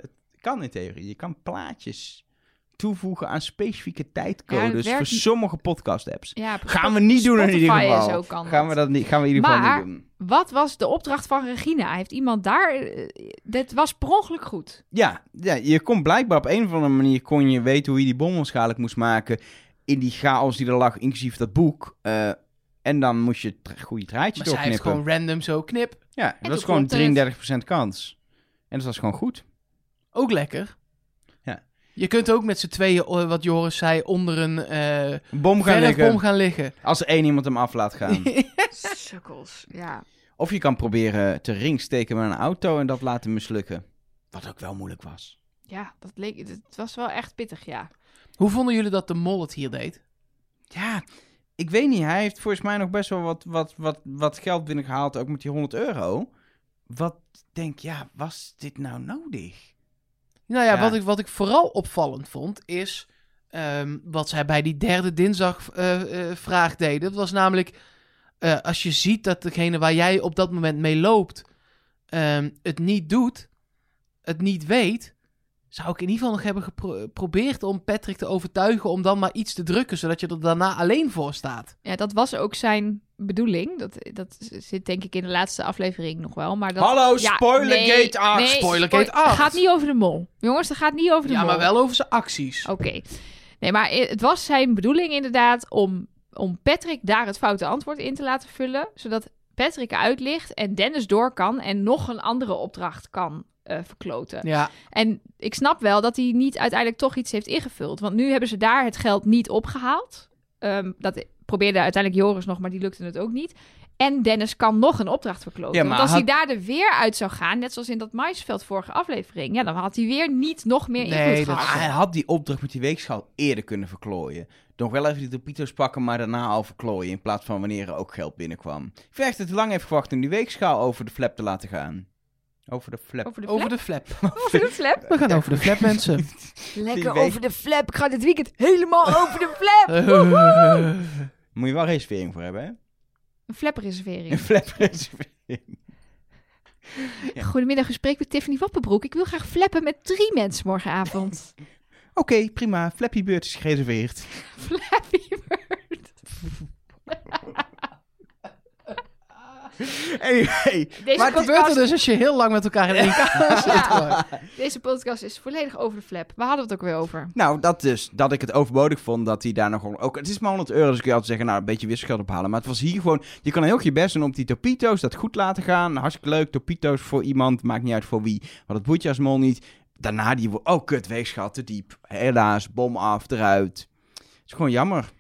B: Kan in theorie. Je kan plaatjes toevoegen aan specifieke
C: Ja, dat
B: tijdcodes
C: werkt
B: voor
C: niet.
B: sommige podcast-apps.
C: Ja,
B: Gaan we niet doen in ieder
C: Spotify en
B: geval.
C: zo kan
B: gaan we
C: dat.
B: dat niet? Gaan we in ieder geval niet
C: Maar-
B: doen.
C: Wat was de opdracht van Regina? Hij heeft iemand daar... eh, dit was per ongeluk goed.
B: Ja, ja, je kon blijkbaar op een of andere manier kon je weten hoe je die bom onschadelijk moest maken in die chaos die er lag, inclusief dat boek. Eh, en dan moest je het goede draadje
D: Maar zij heeft
B: doorknippen.
D: gewoon random zo knip.
B: Ja,
C: En
B: dat is
C: toen
B: gewoon
C: klopte het.
B: 33% kans. En dat was gewoon goed.
D: Ook lekker.
B: Ja.
D: Je kunt ook met z'n tweeën, eh, wat Joris zei, onder een eh
B: Een bom gaan liggen
D: verfbom gaan liggen.
B: als er één iemand hem af laat gaan.
C: Sukkels. Ja.
B: of je kan proberen te ringsteken met een auto en dat laten mislukken. Wat ook wel moeilijk was.
C: Ja, dat leek... Het was wel echt pittig, ja.
D: Hoe vonden jullie dat de mol het hier deed?
B: Ja, ik weet niet. Hij heeft volgens mij nog best wel wat, wat, wat, wat geld binnengehaald, ook met die 100 euro. Wat denk ja, was dit nou nodig?
D: Nou ja,
B: Ja.
D: Wat, ik, wat ik vooral opvallend vond is ehm, wat zij bij die derde dinsdag eh, eh, vraag deden. Dat was namelijk, eh, als je ziet dat degene waar jij op dat moment mee loopt ehm, het niet doet, het niet weet, zou ik in ieder geval nog hebben gepro- geprobeerd om Patrick te overtuigen om dan maar iets te drukken, zodat je er daarna alleen voor staat.
C: Ja, dat was ook zijn bedoeling. Dat, dat zit denk ik in de laatste aflevering nog wel. Maar dat,
D: Oh,
B: Hallo,
C: ja,
B: Spoilergate
C: nee,
B: 8.
C: nee,
D: Spoilergate
C: spoil-
D: 8.
C: gaat niet over de mol. Jongens, dat gaat niet over de
D: Ja,
C: mol. Oh.
D: maar wel over zijn acties.
C: Oké. Nee, maar i- het was zijn bedoeling inderdaad om, om Patrick daar het foute antwoord in te laten vullen. Zodat Patrick uitlicht en Dennis door kan en nog een andere opdracht kan eh, verkloten.
D: Ja,
C: En ik snap wel dat hij niet uiteindelijk toch iets heeft ingevuld. Want nu hebben ze daar het geld niet opgehaald. Ehm, dat probeerde uiteindelijk Joris nog, maar die lukte het ook niet. En Dennis kan nog een opdracht verkloten.
B: Ja, maar
C: Want als
B: had-
C: hij daar er weer uit zou gaan, net zoals in dat maisveld vorige aflevering... ja, dan had hij weer niet nog meer invloed
D: Nee, dat-
C: gehad.
B: Maar Ah, hij had die opdracht met die weegschaal eerder kunnen verklooien. Nog wel even die torpedo's pakken, maar daarna al verklooien. In plaats van wanneer er ook geld binnenkwam. Ik vind echt dat hij lang heeft gewacht om die weegschaal over de flap te laten gaan. Over de flap.
C: Over de flap.
D: over de flap.
C: Over de flap.
D: We gaan over de flap, mensen.
B: Die weeg-
C: de flap. Ik ga dit weekend helemaal over de flap.
B: Moet je wel reservering voor hebben, hè?
C: Een flapreservering.
B: Een flap reservering. Ja.
C: Goedemiddag, gesprek met Tiffany Wappenbroek. Ik wil graag flappen met drie mensen morgenavond.
B: Oké, prima. Flappy Bird is gereserveerd.
C: Flappy Bird.
B: Anyway.
C: Deze,
D: Maar het gebeurt er
C: podcast,
D: dus als je heel lang met elkaar in één kamer zit. hoor.
C: deze podcast is volledig over de flap. Waar hadden we het ook weer over?
B: Nou, dat dus. Dat ik het overbodig vond dat hij daar nog... om- Ook, het is maar 100 euro, dus kun je altijd zeggen... Nou, een beetje wisselgeld ophalen. Maar het was hier gewoon... Je kan heel goed je best doen om die Topito's dat goed laten gaan. Hartstikke leuk. Topito's voor iemand. Maakt niet uit voor wie. Maar dat boetje als mol niet. Daarna die... wo- Oh, kut. Weegschaal te diep. Helaas. Bom af. Eruit. Het is gewoon jammer.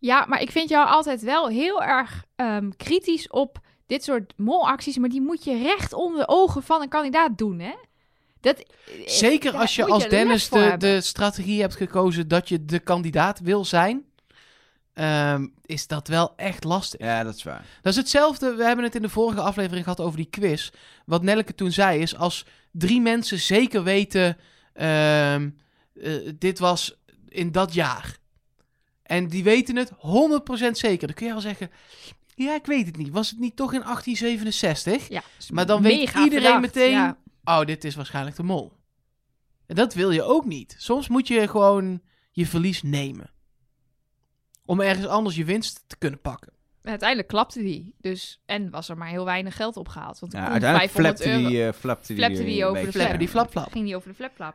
C: Ja, maar ik vind jou altijd wel heel erg ehm, kritisch op dit soort molacties. Maar die moet je recht onder de ogen van een kandidaat doen, hè? Dat, eh,
D: Zeker
C: daar
D: als je
C: moet
D: als
C: les
D: Dennis
C: voor
D: de,
C: hebben.
D: de strategie hebt gekozen dat je de kandidaat wil zijn. ehm, is dat wel echt lastig.
B: Ja, dat is waar.
D: Dat is hetzelfde. We hebben het in de vorige aflevering gehad over die quiz. Wat Nelke toen zei is: als drie mensen zeker weten, ehm, eh, dit was in dat jaar. En die weten het 100% zeker. Dan kun je wel zeggen: ja, ik weet het niet. Was het niet toch in 1867?
C: Ja,
D: Maar dan weet
C: mega
D: iedereen
C: verdacht,
D: meteen:
C: ja.
D: oh, dit is waarschijnlijk de mol. En dat wil je ook niet. Soms moet je gewoon je verlies nemen. Om ergens anders je winst te kunnen pakken.
C: uiteindelijk klapte die. Dus, en was er maar heel weinig geld opgehaald. Want er
B: Ja,
C: kon
B: uiteindelijk
C: 500
B: flapte
C: euro.
B: die, eh, flapte die,
C: Flapte
B: eh,
C: die
B: een
C: over de
B: beetje.
C: flap.
D: Flappen die flapflap.
C: Ging die over de flapflap.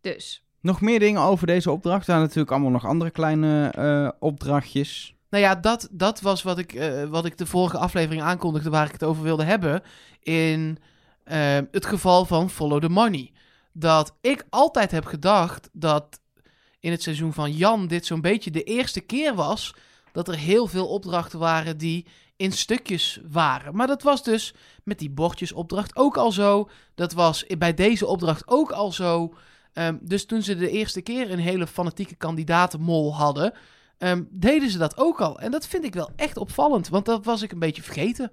C: Dus,
B: Nog meer dingen over deze opdracht. Daar natuurlijk allemaal nog andere kleine eh, opdrachtjes.
D: Nou ja, dat, dat was wat ik, eh, wat ik de vorige aflevering aankondigde waar ik het over wilde hebben. In eh, het geval van Follow the Money. Dat ik altijd heb gedacht dat in het seizoen van Jan dit zo'n beetje de eerste keer was dat er heel veel opdrachten waren die in stukjes waren. Maar dat was dus met die bordjesopdracht ook al zo. Dat was bij deze opdracht ook al zo. Ehm, dus toen ze de eerste keer een hele fanatieke kandidatenmol hadden, ehm, deden ze dat ook al. En dat vind ik wel echt opvallend, want dat was ik een beetje vergeten.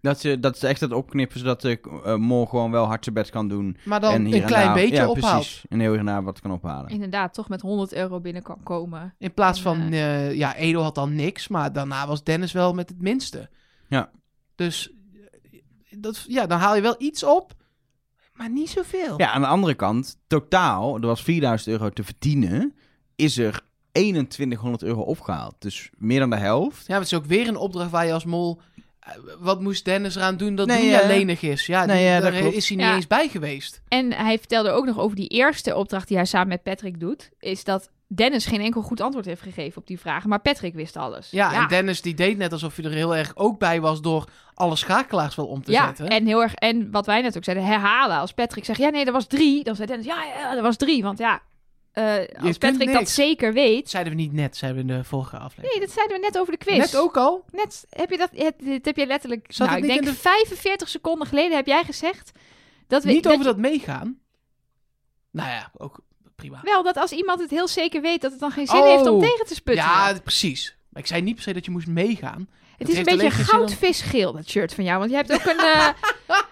B: Dat ze, dat ze echt dat opknippen, zodat de eh, mol gewoon wel hard zijn bed kan doen.
D: Maar dan
B: en hier
D: een
B: en
D: klein
B: daar-
D: beetje
B: ja,
D: ophaalt.
B: precies. En heel erna wat kan ophalen.
C: inderdaad, toch met 100 euro binnen kan komen.
D: In plaats
C: En,
D: van, eh, ja, Edo had dan niks, maar daarna was Dennis wel met het minste.
B: Ja.
D: Dus eh, dat, ja, dan haal je wel iets op, maar niet zoveel.
B: Ja, aan de andere kant, totaal, er was 4000 euro te verdienen, is er 2100 euro opgehaald. Dus meer dan de helft.
D: Ja, maar het is ook weer een opdracht waar je als mol... eh, Wat moest Dennis eraan doen dat
B: Nee,
D: Doenja
B: ja.
D: lenig is? Ja,
B: Nee,
D: die-
B: ja, dat
D: daar
B: klopt.
D: is hij niet
C: Ja.
D: eens bij geweest.
C: En hij vertelde ook nog over die eerste opdracht die hij samen met Patrick doet. Is dat Dennis geen enkel goed antwoord heeft gegeven op die vragen. Maar Patrick wist alles.
D: Ja, en Dennis die deed net alsof hij er heel erg ook bij was... door alle schakelaars wel om te
C: ja,
D: zetten.
C: en heel erg. En wat wij net ook zeiden, herhalen. Als Patrick zegt, ja, nee, dat was drie. Dan zei Dennis, ja, ja dat was drie. Want ja, eh, als
D: kunt
C: Patrick dat
D: niks.
C: zeker weet.
D: Dat zeiden we niet net, zeiden we in de vorige aflevering.
C: Nee, dat zeiden we net over de quiz.
D: Net ook al?
C: Net heb je dat, het- dit heb je letterlijk.
D: Zat
C: nou, ik
D: het niet
C: denk
D: in
C: 45 seconden geleden heb jij gezegd dat we
D: niet
C: dat
D: over dat meegaan? Nou ja, ook prima.
C: wel dat als iemand het heel zeker weet dat het dan geen zin
D: Oh.
C: heeft om tegen te sputten.
D: Ja, precies. Maar ik zei niet per se dat je moest meegaan.
C: het is een
D: heeft alleen
C: beetje
D: geen zin om-
C: goudvisgeel dat shirt van jou, want je hebt ook een, eh,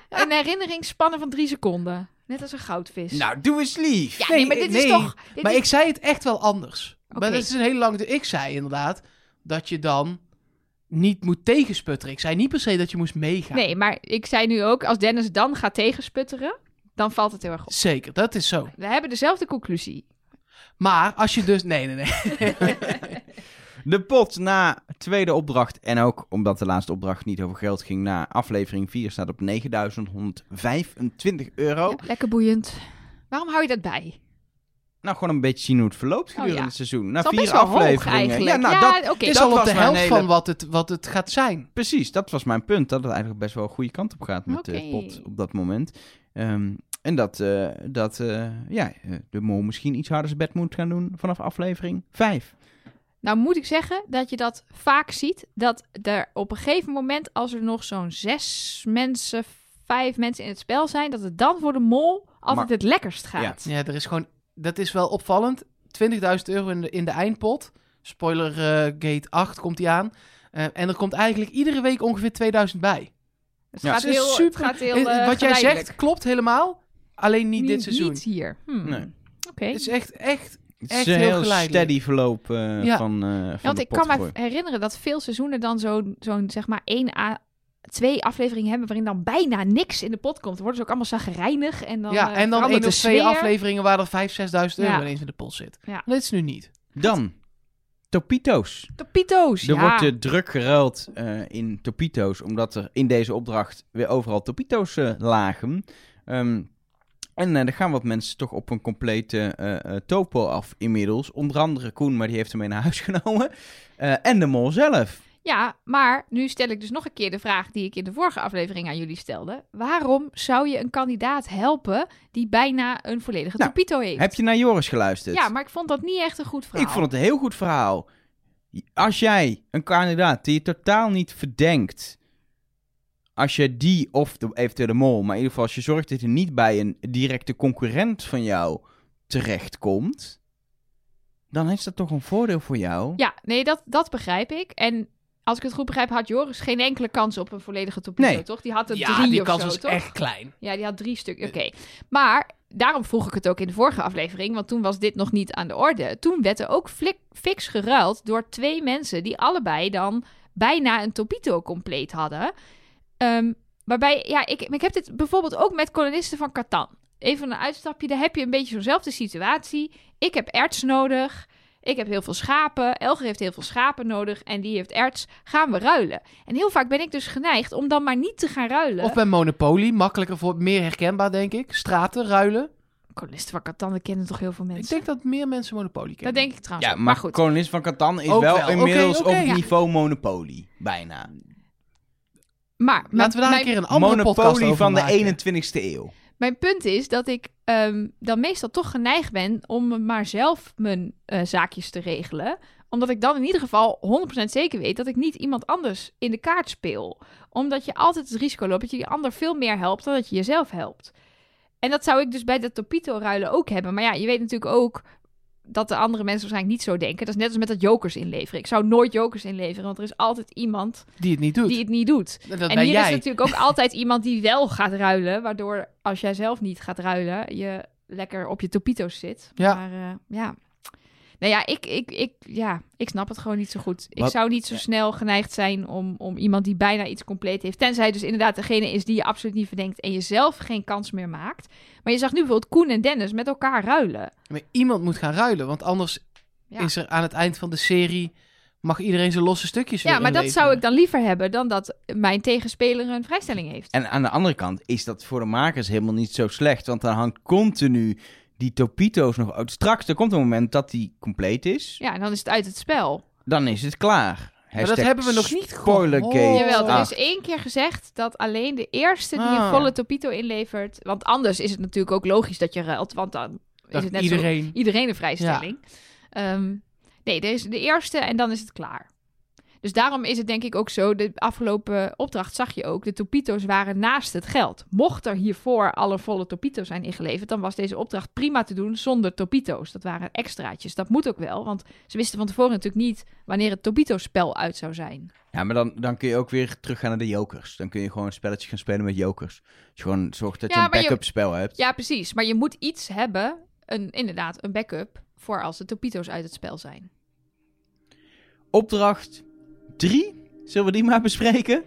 C: een herinneringsspanne van drie seconden, net als een goudvis.
B: Nou, doe eens lief.
C: Dus- ja,
D: nee,
C: nee, maar dit is
D: nee,
C: toch. Dit
D: maar
C: is-
D: ik zei het echt wel anders.
C: Oké.
D: Maar dat is een hele lange... Ik zei inderdaad dat je dan niet moet tegensputteren. Ik zei niet per se dat je moest meegaan.
C: Nee, maar ik zei nu ook als Dennis dan gaat tegensputteren, dan valt het heel erg op.
D: Zeker, dat is zo.
C: We hebben dezelfde conclusie.
D: Maar als je dus... Nee, nee, nee.
B: De pot na tweede opdracht en ook omdat de laatste opdracht niet over geld ging, na aflevering 4 staat op 9125 euro.
C: Ja, lekker boeiend. Waarom hou je dat bij?
B: Nou, gewoon een beetje zien hoe het verloopt gedurende
C: Oh, ja.
B: het seizoen.
C: Dat
B: Na
C: is al
B: vier
C: best wel hoog
B: afleveringen.
C: eigenlijk.
B: Ja, nou, dat,
C: oké.
D: Het is
B: Dat
D: al op
B: was
D: de
B: mijn
D: helft
B: hele-
D: van wat het, wat het gaat zijn.
B: Precies, dat was mijn punt. Dat het eigenlijk best wel een goede kant op gaat met de
C: Oké.
B: pot op dat moment. Ehm, en dat, eh, dat eh, ja, eh, de mol misschien iets harder zijn bed moet gaan doen vanaf aflevering 5.
C: Nou moet ik zeggen dat je dat vaak ziet. Dat er op een gegeven moment, als er nog zo'n zes mensen, vijf mensen in het spel zijn, dat het dan voor de mol altijd
B: Maar-
C: het lekkerst gaat.
D: Ja, er is gewoon... Dat is wel opvallend. 20.000 euro in de, in de eindpot. Spoiler eh, gate 8 komt die aan. Eh, en er komt eigenlijk iedere week ongeveer 2000 bij.
C: Het,
B: Ja.
C: gaat
D: Het is
C: heel,
D: super-
C: het gaat heel.
D: En,
C: eh,
D: wat jij
C: geleidelijk.
D: zegt klopt helemaal. Alleen niet dit seizoen.
C: Niet hier. Hmm.
B: Nee.
C: Oké.
D: Het is echt, echt...
B: Het is
D: Echt
B: een
D: heel
B: heel
D: geleidelijk.
B: steady verloop eh,
D: Ja.
B: van, eh van
C: Ja, want
B: de
C: ik kan me
B: potgooi.
C: herinneren dat veel seizoenen dan zo'n zo'n zeg maar één à twee afleveringen hebben waarin dan bijna niks in de pot komt. Dan worden ze ook allemaal zagrijnig en dan
D: ja,
C: eh,
D: en dan
C: verandert
D: één
C: de
D: of twee
C: sfeer.
D: afleveringen waar er 5.000, 6.000 euro
C: Ja.
D: ineens in de pot zit.
C: Ja.
D: Dat is nu niet.
B: Dan, Topito's.
C: Topito's,
B: Er
C: ja.
B: wordt eh, druk geruild eh, in Topito's, omdat er in deze opdracht weer overal Topito's eh, lagen. Ehm, en eh er gaan wat mensen toch op een complete eh, eh, topo af inmiddels. Onder andere Koen, maar die heeft hem mee naar huis genomen. Eh, en de mol zelf.
C: Ja, maar nu stel ik dus nog een keer de vraag die ik in de vorige aflevering aan jullie stelde. Waarom zou je een kandidaat helpen die bijna een volledige
B: Nou,
C: topito heeft?
B: Heb je naar Joris geluisterd?
C: Ja, maar ik vond dat niet echt een goed verhaal.
B: Ik vond het een heel goed verhaal. Als jij een kandidaat die je totaal niet verdenkt. Als je die of de, eventueel de mol, maar in ieder geval als je zorgt dat hij niet bij een directe concurrent van jou terechtkomt. Dan is dat toch een voordeel voor jou?
C: Ja, nee, dat, dat begrijp ik. En als ik het goed begrijp, had Joris geen enkele kans op een volledige topito,
B: Nee.
C: toch? Die had een
D: ja,
C: drie
D: die
C: of
D: kans
C: zo,
D: was
C: toch?
D: echt klein.
C: Ja, die had drie stuk. Oké. Maar daarom vroeg ik het ook in de vorige aflevering, want toen was dit nog niet aan de orde. Toen werd er ook flik, fix geruild door twee mensen die allebei dan bijna een Topito compleet hadden. Ehm, waarbij, ja, ik, ik heb dit bijvoorbeeld ook met kolonisten van Catan. Even een uitstapje, daar heb je een beetje zo'nzelfde situatie. Ik heb erts nodig. Ik heb heel veel schapen. Elger heeft heel veel schapen nodig en die heeft erts. Gaan we ruilen? En heel vaak ben ik dus geneigd om dan maar niet te gaan ruilen.
D: Of bij Monopoly, makkelijker voor meer herkenbaar, denk ik. Straten, ruilen.
C: Kolonisten van Catan, dat kennen toch heel veel mensen?
D: Ik denk dat meer mensen Monopoly
C: dat
D: kennen.
C: denk ik trouwens.
B: Ja,
C: ook,
B: maar,
C: maar goed.
B: Kolonist van Catan is wel,
D: Ook wel.
B: inmiddels
D: Oké, oké,
B: op
D: ja.
B: niveau Monopoly. Bijna.
C: Maar mijn-
D: Laten we daar
C: mijn,
D: een keer een andere podcast
B: Monopoly
D: over
B: van
D: maken.
B: de 21ste eeuw.
C: mijn punt is dat ik ehm, dan meestal toch geneigd ben om maar zelf mijn eh, zaakjes te regelen. Omdat ik dan in ieder geval 100% zeker weet dat ik niet iemand anders in de kaart speel. Omdat je altijd het risico loopt dat je die ander veel meer helpt dan dat je jezelf helpt. En dat zou ik dus bij de Topito ruilen ook hebben. Maar ja, je weet natuurlijk ook dat de andere mensen waarschijnlijk niet zo denken. Dat is net als met dat jokers inleveren. Ik zou nooit jokers inleveren, want er is altijd iemand
D: Die het niet doet.
C: die het niet doet.
D: En Dat
C: en
D: ben
C: hier
D: jij.
C: is natuurlijk ook altijd iemand die wel gaat ruilen, waardoor als jij zelf niet gaat ruilen, je lekker op je topito's zit.
D: Ja.
C: Maar eh, ja. Nou ja ik, ik, ik, ja, ik snap het gewoon niet zo goed. Ik
B: Wat-
C: zou niet zo snel geneigd zijn om, om iemand die bijna iets compleet heeft. Tenzij dus inderdaad degene is die je absoluut niet verdenkt en jezelf geen kans meer maakt. Maar je zag nu bijvoorbeeld Koen en Dennis met elkaar ruilen.
D: Maar iemand moet gaan ruilen, want anders
C: Ja.
D: is er aan het eind van de serie... mag iedereen zijn losse stukjes
C: Ja, maar dat zou ik dan liever hebben dan dat mijn tegenspeler een vrijstelling heeft.
B: En aan de andere kant is dat voor de makers helemaal niet zo slecht. Want dan hangt continu die Topito's nog uit. Straks, er komt een moment dat die compleet is.
C: Ja, en dan is het uit het spel.
B: Dan is het klaar.
D: dat
B: Hashtag
D: hebben we nog niet
B: spoilergate.
D: gehoord. Oh,
C: Jawel, er
B: Ah,
C: is één keer gezegd dat alleen de eerste die een
D: Ah.
C: volle topito inlevert. Want anders is het natuurlijk ook logisch dat je ruilt. Want dan is
B: Ah,
C: het net zo
D: iedereen...
C: iedereen een vrijstelling. Ehm, nee, er is de eerste en dan is het klaar. Dus daarom is het denk ik ook zo. De afgelopen opdracht zag je ook. De topito's waren naast het geld. Mocht er hiervoor alle volle topito's zijn ingeleverd, dan was deze opdracht prima te doen zonder topito's. Dat waren extraatjes. Dat moet ook wel. Want ze wisten van tevoren natuurlijk niet wanneer het topito-spel uit zou zijn.
B: Ja, maar dan, dan kun je ook weer teruggaan naar de jokers. Dan kun je gewoon een spelletje gaan spelen met jokers. Dus gewoon zorg dat
C: Ja,
B: je een
C: maar je-
B: backup spel hebt.
C: Ja, precies. Maar je moet iets hebben, een, inderdaad, een backup voor als de Topito's uit het spel zijn.
B: Opdracht 3. Zullen we die maar bespreken?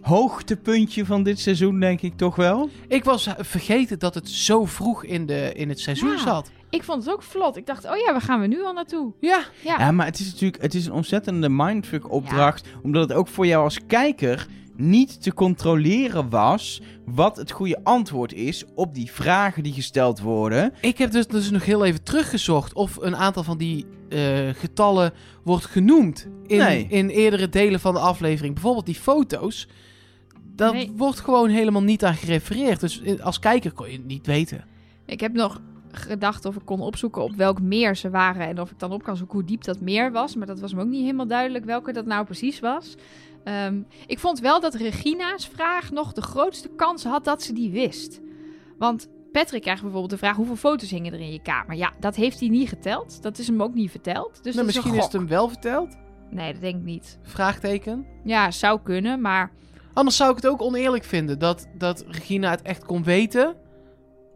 B: Hoogtepuntje van dit seizoen, denk ik toch wel.
D: Ik was vergeten dat het zo vroeg in, de, in het seizoen
C: Ja.
D: zat.
C: Ik vond het ook vlot. Ik dacht, oh ja, waar gaan we nu al naartoe?
D: Ja,
C: Ja,
B: Ja, maar het is natuurlijk het is een ontzettende mindfuck opdracht. Omdat het ook voor jou als kijker niet te controleren was wat het goede antwoord is op die vragen die gesteld worden.
D: ik heb dus, dus nog heel even teruggezocht of een aantal van die eh, getallen wordt genoemd in,
B: Nee.
D: in eerdere delen van de aflevering. Bijvoorbeeld die foto's. Daar
C: Nee.
D: wordt gewoon helemaal niet aan gerefereerd. Dus in- als kijker kon je het niet weten.
C: ik heb nog gedacht of ik kon opzoeken op welk meer ze waren. En of ik dan op kan zoeken hoe diep dat meer was. Maar dat was me ook niet helemaal duidelijk welke dat nou precies was. Ehm, ik vond wel dat Regina's vraag nog de grootste kans had dat ze die wist. Want Patrick krijgt bijvoorbeeld de vraag: hoeveel foto's hingen er in je kamer? Ja, dat heeft hij niet geteld. Dat is hem ook niet verteld. Dus dat
D: Nou,
C: is een
D: misschien is het
C: gok.
D: hem wel verteld?
C: Nee, dat denk ik niet.
D: Vraagteken.
C: Ja, zou kunnen, maar
D: Anders zou ik het ook oneerlijk vinden dat, dat Regina het echt kon weten.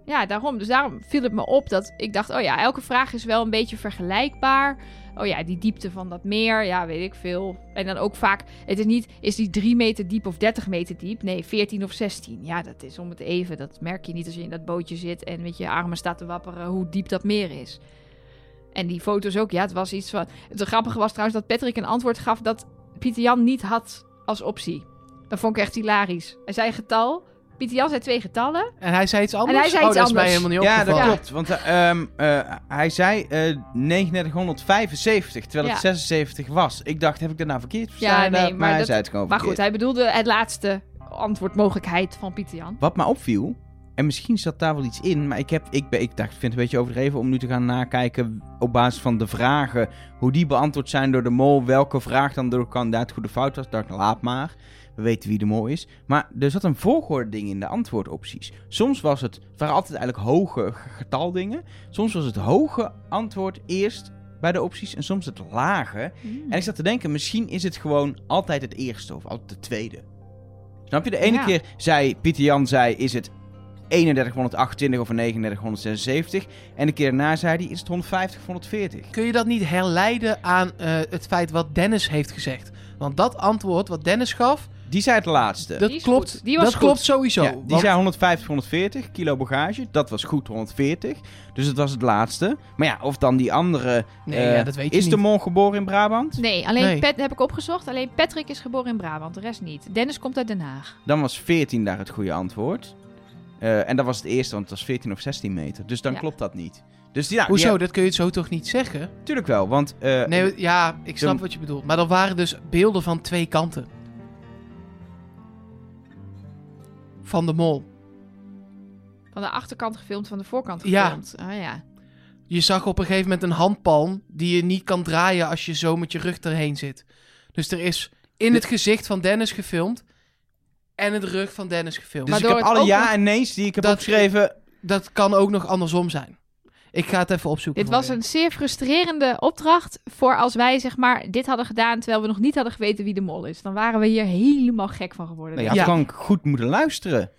C: ja, daarom. Dus daarom viel het me op dat ik dacht, oh ja, elke vraag is wel een beetje vergelijkbaar. Oh ja, die diepte van dat meer, ja, weet ik veel. En dan ook vaak, het is niet, is die 3 meter diep of 30 meter diep? Nee, 14 of 16. Ja, dat is om het even. Dat merk je niet als je in dat bootje zit en met je armen staat te wapperen hoe diep dat meer is. En die foto's ook. Ja, het was iets van... Het grappige was trouwens dat Patrick een antwoord gaf dat Pieter Jan niet had als optie. Dat vond ik echt hilarisch. Hij zei getal. Pieter Jan zei twee getallen.
D: En hij zei iets anders?
C: hij zei
D: oh,
C: iets
D: dat is
C: anders.
D: mij helemaal niet
B: Ja, dat
D: opgevallen.
B: klopt. Want eh, ehm, eh, hij zei eh 3975, terwijl het
C: Ja.
B: 76 was. Ik dacht, heb ik daarna verkeerd verstaan?
C: Ja, nee,
B: inderdaad?
C: maar
B: maar hij
C: dat-
B: zei het gewoon
C: Maar goed,
B: verkeerd.
C: hij bedoelde het laatste antwoordmogelijkheid van Pieter Jan.
B: Wat mij opviel, en misschien zat daar wel iets in, maar ik, heb, ik, ben, ik dacht, ik vind het een beetje overdreven om nu te gaan nakijken op basis van de vragen, hoe die beantwoord zijn door de mol, welke vraag dan door de kandidaat goed of fout was. Ik dacht, laat maar. We weten wie de mol is. Maar er zat een volgorde ding in de antwoordopties. Soms was het, het waren altijd eigenlijk hoge g- getaldingen. Soms was het hoge antwoord eerst bij de opties en soms het lage.
D: Hmm.
B: En ik zat te denken, misschien is het gewoon altijd het eerste of altijd de tweede. Snap je? De ene
C: Ja.
B: keer zei Pieter Jan, zei, is het 3128 of 3976. En de keer daarna zei hij, is het 150 of 140.
D: Kun je dat niet herleiden aan eh, het feit wat Dennis heeft gezegd? Want dat antwoord wat Dennis gaf,
B: Die zei het laatste.
D: dat
C: is
D: klopt,
C: goed. Die was
D: dat
C: goed.
D: klopt sowieso.
B: Ja, die
D: Want-
B: zei 150, 140 kilo bagage. Dat was goed 140. Dus dat was het laatste. Maar ja, of dan die andere...
D: Nee,
B: eh,
D: ja, dat weet je
B: Is
D: niet.
B: de mol geboren in Brabant?
C: Nee, alleen
D: Nee.
C: Pat heb ik opgezocht. Alleen Patrick is geboren in Brabant, de rest niet. Dennis komt uit Den Haag.
B: Dan was 14 daar het goede antwoord. Eh, en dat was het eerste, want het was 14 of 16 meter. Dus dan
C: Ja.
B: klopt dat niet. Dus ja,
D: Hoezo?
B: Ja,
D: Dat kun je zo toch niet zeggen?
B: natuurlijk wel, want... eh,
D: Nee, ja, ik snap
B: de-
D: wat je bedoelt. Maar dat waren dus beelden van twee kanten. Van de mol.
C: Van de achterkant gefilmd, van de voorkant
D: Ja.
C: gefilmd. Oh, Ja. ja.
D: Je zag op een gegeven moment een handpalm die je niet kan draaien als je zo met je rug erheen zit. Dus er is in het gezicht van Dennis gefilmd en het rug van Dennis gefilmd.
B: dus
C: maar
B: ik
C: door
B: heb
C: het
B: alle
C: ook
B: ja
C: nog-
B: en nee's die ik heb
D: Dat-
B: opgeschreven... nou
D: Dat kan ook nog andersom zijn. Ik ga het even opzoeken.
C: Dit
D: voor
C: was
D: je.
C: een zeer frustrerende opdracht voor als wij zeg maar dit hadden gedaan terwijl we nog niet hadden geweten wie de mol is. Dan waren we hier helemaal gek van geworden.
B: Nou, je
C: denk
B: had
C: ik.
D: Ja.
B: gewoon goed moeten luisteren.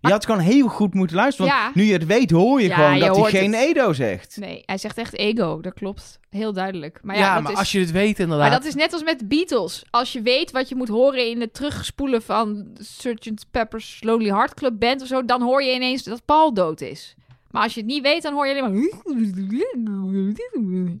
B: Je had gewoon heel goed moeten luisteren. Want
C: Ja.
B: nu je het weet, hoor je
C: Ja,
B: gewoon
C: je
B: dat hij
C: hoort
B: geen
C: het.
B: Edo zegt.
C: Nee, hij zegt echt ego, dat klopt. Heel duidelijk. Maar
D: Maar
C: ja,
D: ja,
C: dat
D: maar
C: is...
D: als je het weet inderdaad.
C: Maar dat is net als met Beatles. Als je weet wat je moet horen in het terugspoelen van Sgt. Pepper's Lonely Heart Club Band of zo, dan hoor je ineens dat Paul dood is. Maar als je het niet weet, dan hoor je alleen maar...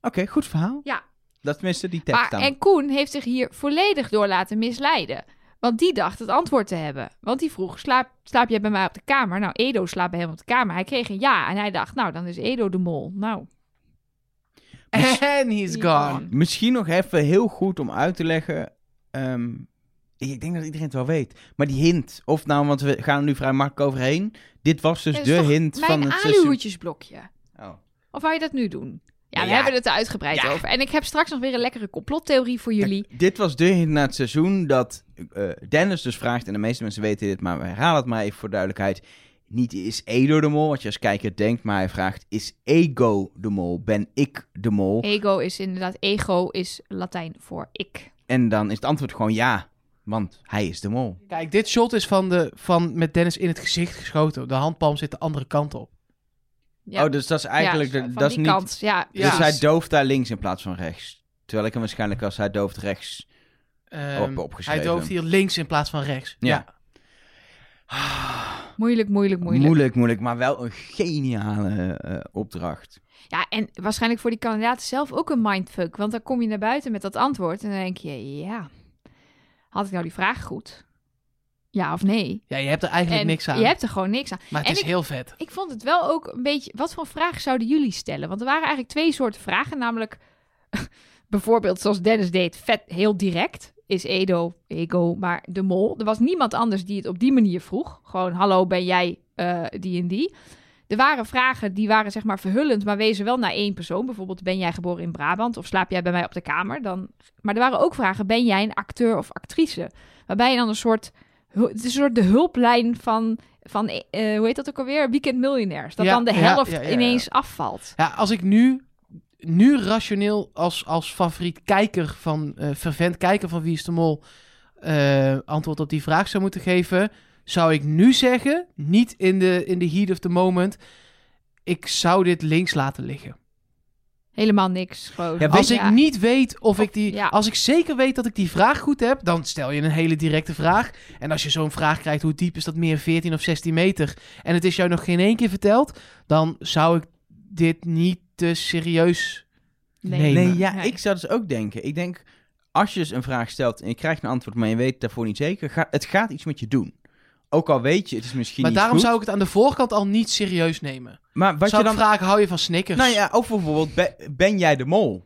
B: Oké, goed verhaal.
C: Ja.
B: Dat tenminste, die tekst
C: maar
B: dan.
C: en Koen heeft zich hier volledig door laten misleiden. Want die dacht het antwoord te hebben. Want die vroeg, slaap, slaap jij bij mij op de kamer? Nou, Edo slaapt bij hem op de kamer. Hij kreeg een ja en hij dacht, nou, dan is Edo de mol. Nou,
D: And he's gone.
B: Misschien nog even heel goed om uit te leggen. ehm, ik denk dat iedereen het wel weet. Maar die hint, of nou, want we gaan er nu vrij makkelijk overheen. Dit was dus
C: Dat is
B: de
C: toch
B: hint van
C: mijn
B: het seizoen.
C: aluhoedjesblokje.
B: Oh.
C: Of wou je dat nu doen? Ja, we
B: Ja.
C: hebben het er uitgebreid over. En ik heb straks nog weer een lekkere complottheorie voor jullie.
B: Kijk, dit was de hint naar het seizoen dat eh, Dennis dus vraagt, en de meeste mensen weten dit, maar we herhalen het maar even voor duidelijkheid. Niet is Edo de mol, wat je als kijker denkt, maar hij vraagt, is Ego de mol? Ben ik de mol?
C: Ego is inderdaad, ego is Latijn voor ik.
B: En dan is het antwoord gewoon ja, want hij is de mol.
D: Kijk, dit shot is van, de, van met Dennis in het gezicht geschoten. De handpalm zit de andere kant op.
C: Ja.
B: Oh, dus dat is eigenlijk,
C: Ja,
B: de-
C: van
B: dat is
C: die
B: niet...
C: kant. Ja,
D: Ja.
B: Dus hij dooft daar links in plaats van rechts. Terwijl ik hem waarschijnlijk als hij dooft rechts.
D: Ehm,
B: Op- opgeschreven.
D: Hij dooft hier links in plaats van rechts.
B: Ja.
C: moeilijk, moeilijk, moeilijk.
B: Moeilijk, moeilijk, maar wel een geniale eh, opdracht.
C: Ja, en waarschijnlijk voor die kandidaten zelf ook een mindfuck. Want dan kom je naar buiten met dat antwoord en dan denk je, ja, had ik nou die vraag goed? Ja of nee?
D: Ja, je hebt er eigenlijk
C: En
D: niks aan.
C: Je hebt er gewoon niks aan.
D: Maar het
C: en
D: is
C: ik-
D: heel vet.
C: Ik vond het wel ook een beetje. Wat voor vraag zouden jullie stellen? Want er waren eigenlijk twee soorten vragen. Namelijk, bijvoorbeeld zoals Dennis deed, vet heel direct. Is Edo, Ego, maar de mol. Er was niemand anders die het op die manier vroeg. Gewoon, hallo, ben jij eh, die en die? Er waren vragen die waren zeg maar verhullend, maar wezen wel naar één persoon. Bijvoorbeeld, ben jij geboren in Brabant of slaap jij bij mij op de kamer? Dan... Maar er waren ook vragen, ben jij een acteur of actrice? Waarbij je dan een soort, hu- het is een soort de hulplijn van, van eh, hoe heet dat ook alweer? Weekend Millionaires. Dat
D: Ja,
C: dan de
D: ja,
C: helft
D: ja, ja, ja.
C: ineens afvalt.
D: Ja, als ik nu, nu rationeel als, als favoriet kijker van, eh fervent kijker van Wie is de Mol, eh, antwoord op die vraag zou moeten geven, zou ik nu zeggen, niet in de, in de heat of the moment, ik zou dit links laten liggen.
C: Helemaal niks. Gewoon. Oh,
B: Ja, weet
D: Als ik niet weet of ik die.
C: ja.
D: Als ik zeker weet dat ik die vraag goed heb, dan stel je een hele directe vraag. En als je zo'n vraag krijgt, hoe diep is dat meer 14 of 16 meter? En het is jou nog geen één keer verteld, dan zou ik dit niet te serieus.
B: Nee,
D: Nee,
B: ja, ik zou dus ook denken. Ik denk, als je dus een vraag stelt en je krijgt een antwoord, maar je weet het daarvoor niet zeker, ga, het gaat iets met je doen. Ook al weet je, het is misschien
D: maar
B: niet
D: daarom
B: goed,
D: zou ik het aan de voorkant al niet serieus nemen.
B: maar wat
D: zou
B: je
D: ik
B: dan
D: vragen, hou je van Snickers?
B: Nou ja, of bijvoorbeeld, be- ben jij de mol?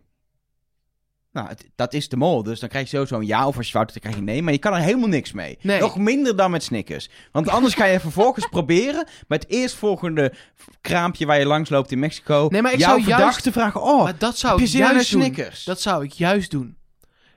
B: Nou, het- dat is de mol. Dus dan krijg je sowieso een ja. Of als je fout hebt, dan krijg je nee. Maar je kan er helemaal niks mee.
D: Nee.
B: Nog minder dan met Snickers. Want anders ga je vervolgens proberen... met het eerstvolgende kraampje waar je langs loopt in Mexico...
D: Nee, maar ik
B: jouw
D: zou juist-
B: verdachte vragen... Oh,
D: maar dat
B: heb
D: zou
B: je
D: ik
B: zin in een
D: juist doen.
B: Snickers?
D: Dat zou ik juist doen.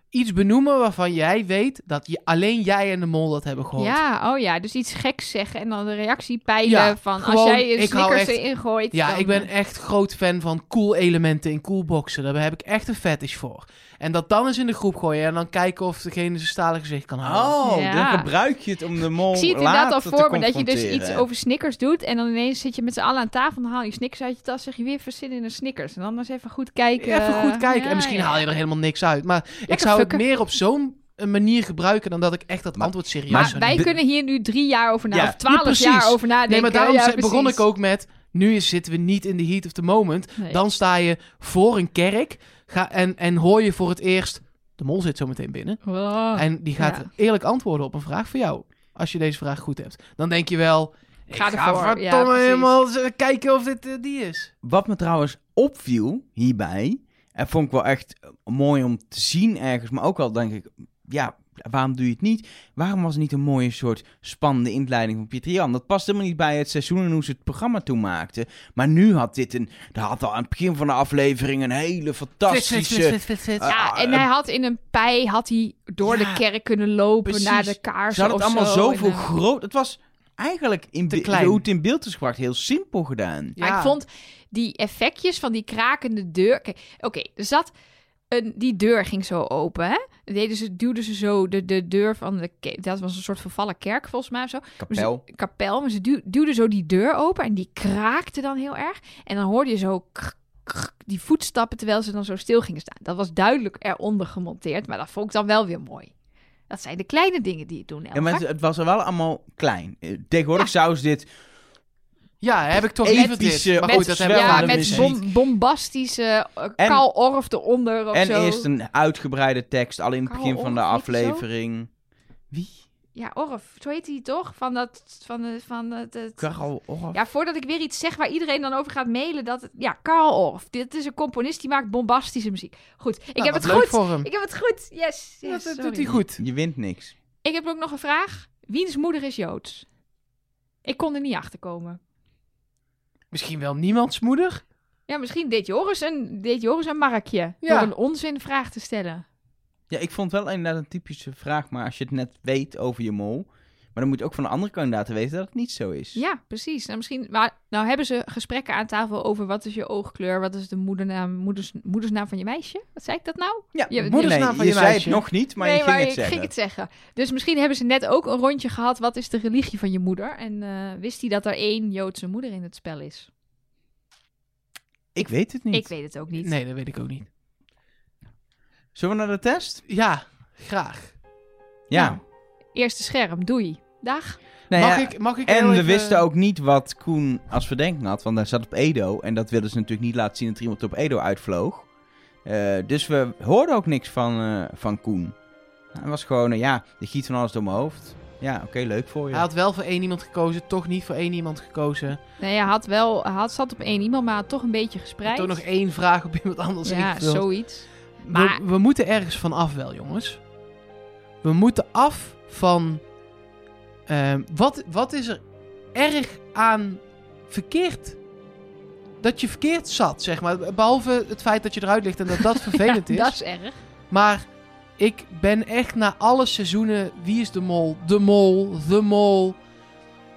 D: Iets benoemen waarvan jij weet dat je, alleen jij en de mol dat hebben gehoord.
C: Ja, oh ja, dus iets geks zeggen en dan de reactie peilen
D: Ja,
C: van
D: gewoon,
C: als jij een
D: ik hou
C: snickers
D: echt-
C: erin gooit.
D: Ja,
C: dan-
D: ik ben echt groot fan van cool elementen in cool boxen. Daar heb ik echt een fetish voor. En dat dan eens in de groep gooien en dan kijken of degene zijn stalen gezicht kan houden.
B: Oh,
C: Ja.
B: dan gebruik je het om de mol
C: Ik zie het inderdaad
B: later
C: al
B: te
C: voor me dat je dus
B: confronteren.
C: iets over snickers doet en dan ineens zit je met z'n allen aan tafel en dan haal je snickers uit je tas zeg je weer verzin in een snickers. En dan eens even goed kijken.
D: Even goed kijken.
C: eh, Ja,
D: en misschien
C: ja.
D: haal je er helemaal niks uit. Maar ik
C: Lekker
D: zou
C: fucken.
D: het meer op zo'n eh, manier gebruiken dan dat ik echt dat
B: Maar-
D: antwoord serieus
B: maar
D: zou
C: Maar wij
D: nemen.
C: kunnen hier nu drie jaar over na,
B: Ja,
C: of twaalf
D: ja,
C: jaar
D: precies.
C: over nadenken.
D: Nee, maar daarom
C: Ja,
D: zei- begon
C: precies.
D: ik ook met... Nu is- zitten we niet in de heat of the moment.
C: Nee.
D: Dan sta je voor een kerk ga, en, en hoor je voor het eerst... De mol zit zo meteen binnen.
C: Wow.
D: En die gaat
C: Oh, Ja.
D: eerlijk antwoorden op een vraag voor jou. Als je deze vraag goed hebt. Dan denk je wel... Ik
C: Ga
D: ga,
C: ervoor. Ja,
D: verdomme
C: precies.
D: helemaal z- kijken of dit eh, die is.
B: Wat me trouwens opviel hierbij, en vond ik wel echt eh, mooi om te zien ergens, maar ook al denk ik, ja, waarom doe je het niet? Waarom was het niet een mooie soort spannende inleiding van Pieter Jan? Dat past helemaal niet bij het seizoen en hoe ze het programma toen maakten. Maar nu had dit een, daar had al aan het begin van de aflevering een hele fantastische...
C: Ja,
B: Ah,
C: en
B: eh,
C: hij had in een pij had hij door
B: Ja,
C: de kerk kunnen lopen
B: precies.
C: naar de kaars.
B: Ze hadden het allemaal zoveel
C: En, eh,
B: groot... Het was eigenlijk, in
D: Te
B: be-
D: klein.
B: hoe het in beeld is gebracht, heel simpel gedaan.
C: Maar ik vond die effectjes van die krakende deur. Kijk, Oké, er zat een, die deur ging zo open. Hè? Deden ze, duwden ze zo de, de deur van de. ke- Dat was een soort vervallen kerk volgens mij. of Zo. Maar ze-
B: Kapel.
C: kapel. Maar ze duw- duwden zo die deur open en die kraakte dan heel erg. En dan hoorde je zo krk, krk, die voetstappen terwijl ze dan zo stil gingen staan. Dat was duidelijk eronder gemonteerd, maar dat vond ik dan wel weer mooi. Dat zijn de kleine dingen die het doen.
B: Ja, maar het,
C: Elger.
B: het was er wel allemaal klein. Eh, Tegenwoordig zou ze dit
D: Ja, heb ik toch liever
B: Ethische
D: dit. Maar goed, dat hebben we Nou,
B: Ja,
C: ja,
D: aan de
B: de
C: met bom-
D: muziek.
C: bombastische eh,
B: En-
C: kaal orf eronder of
B: En
C: zo.
B: eerst een uitgebreide tekst, al in het
C: Karel
B: begin van de
C: Orff, heet die zo?
B: aflevering. Wie?
C: Ja, orf. Zo heet hij toch? Van dat... Van, de- van het, het-
B: Karel Orff?
C: Ja, voordat ik weer iets zeg waar iedereen dan over gaat mailen, dat... het- Ja, Karl Orff. Dit is een componist die maakt bombastische muziek. Goed, ik
D: Nou,
C: heb
D: wat
C: het
D: leuk
C: goed.
D: voor hem.
C: Ik heb het goed. Yes. yes,
D: dat doet
C: sorry.
D: hij goed.
B: Je wint niks.
C: Ik heb ook nog een vraag. Wiens moeder is Joods? Ik kon er niet achter komen.
D: Misschien wel niemands moeder.
C: Ja, misschien deed Joris een, deed Joris een markje.
D: Ja.
C: Door een onzinvraag te stellen.
B: Ja, ik vond wel inderdaad een typische vraag, maar als je het net weet over je mol... Maar dan moet je ook van de andere kandidaten weten dat het niet zo is.
C: Ja, precies. Nou, misschien, maar nou hebben ze gesprekken aan tafel over wat is je oogkleur, wat is de moedernaam, moeders, moedersnaam van je meisje? Wat zei ik dat nou?
B: ja
C: Je-
D: moedersnaam
B: nee, je
D: van je
B: zei het
D: meisje.
B: nog niet, maar je ging het
C: ik
B: zeggen.
C: ging het zeggen. Dus misschien hebben ze net ook een rondje gehad, wat is de religie van je moeder? En eh, wist hij dat er één Joodse moeder in het spel is?
B: Ik weet het niet.
C: Ik weet het ook niet.
D: Nee, dat weet ik ook niet.
B: Zullen we naar de test?
D: Ja, graag.
B: Ja.
C: Nou, Eerste scherm, doei. Dag.
B: Nou
D: mag,
B: ja,
D: ik, mag ik eh,
B: En
D: heel
B: we
D: even-
B: wisten ook niet wat Koen als verdenking had, want hij zat op Edo. En dat wilden ze natuurlijk niet laten zien dat er iemand op Edo uitvloog. Eh, dus we hoorden ook niks van, eh, van Koen. Hij was gewoon, eh, ja, de giet van alles door mijn hoofd. Ja, oké, leuk voor je.
D: Hij had wel voor één iemand gekozen, toch niet voor één iemand gekozen.
C: Nee, hij had wel, hij had, zat op één iemand, maar had toch een beetje gespreid.
D: Toen nog één vraag op iemand anders
C: Ja,
D: ingevuld.
C: zoiets.
D: We-
C: Maar-
D: we, moeten ergens van af wel, jongens. We moeten af van... ehm, wat, wat is er erg aan verkeerd? Dat je verkeerd zat, zeg maar. Behalve het feit dat je eruit ligt en dat dat vervelend
C: Ja,
D: is.
C: Dat is erg.
D: Maar ik ben echt na alle seizoenen Wie is de Mol, De Mol, De Mol.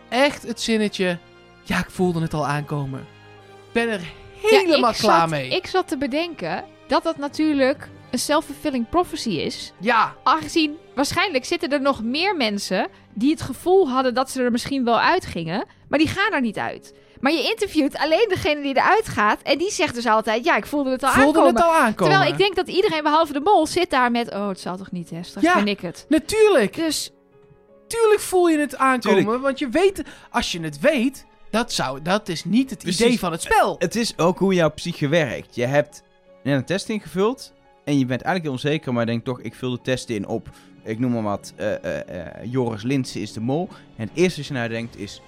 D: Echt het zinnetje. Ja, ik voelde het al aankomen. Ik ben er helemaal
C: Ja, ik
D: klaar
C: zat-
D: mee.
C: Ik zat te bedenken dat dat natuurlijk een self-fulfilling prophecy is.
D: Ja,
C: Aangezien waarschijnlijk zitten er nog meer mensen die het gevoel hadden dat ze er misschien wel uitgingen, maar die gaan er niet uit. Maar je interviewt alleen degene die eruit gaat en die zegt dus altijd: Ja, ik voelde het al
D: voelde
C: aankomen.
D: het al aankomen.
C: Terwijl ik denk dat iedereen behalve de mol zit daar met: Oh, het zal toch niet, hè? Straks
D: Ja.
C: ben ik het.
D: Natuurlijk,
C: Dus
D: natuurlijk voel je het aankomen.
B: Tuurlijk.
D: Want je weet, als je het weet, Dat, zou, dat is niet het
B: Precies.
D: idee van het spel.
B: Het is ook hoe jouw psyche werkt. Je hebt net een test ingevuld en je bent eigenlijk heel onzeker, maar je denkt toch, ik vul de test in op, ik noem maar wat, eh, eh, eh, Joris Linsen is de mol. En het eerste wat je nou denkt is,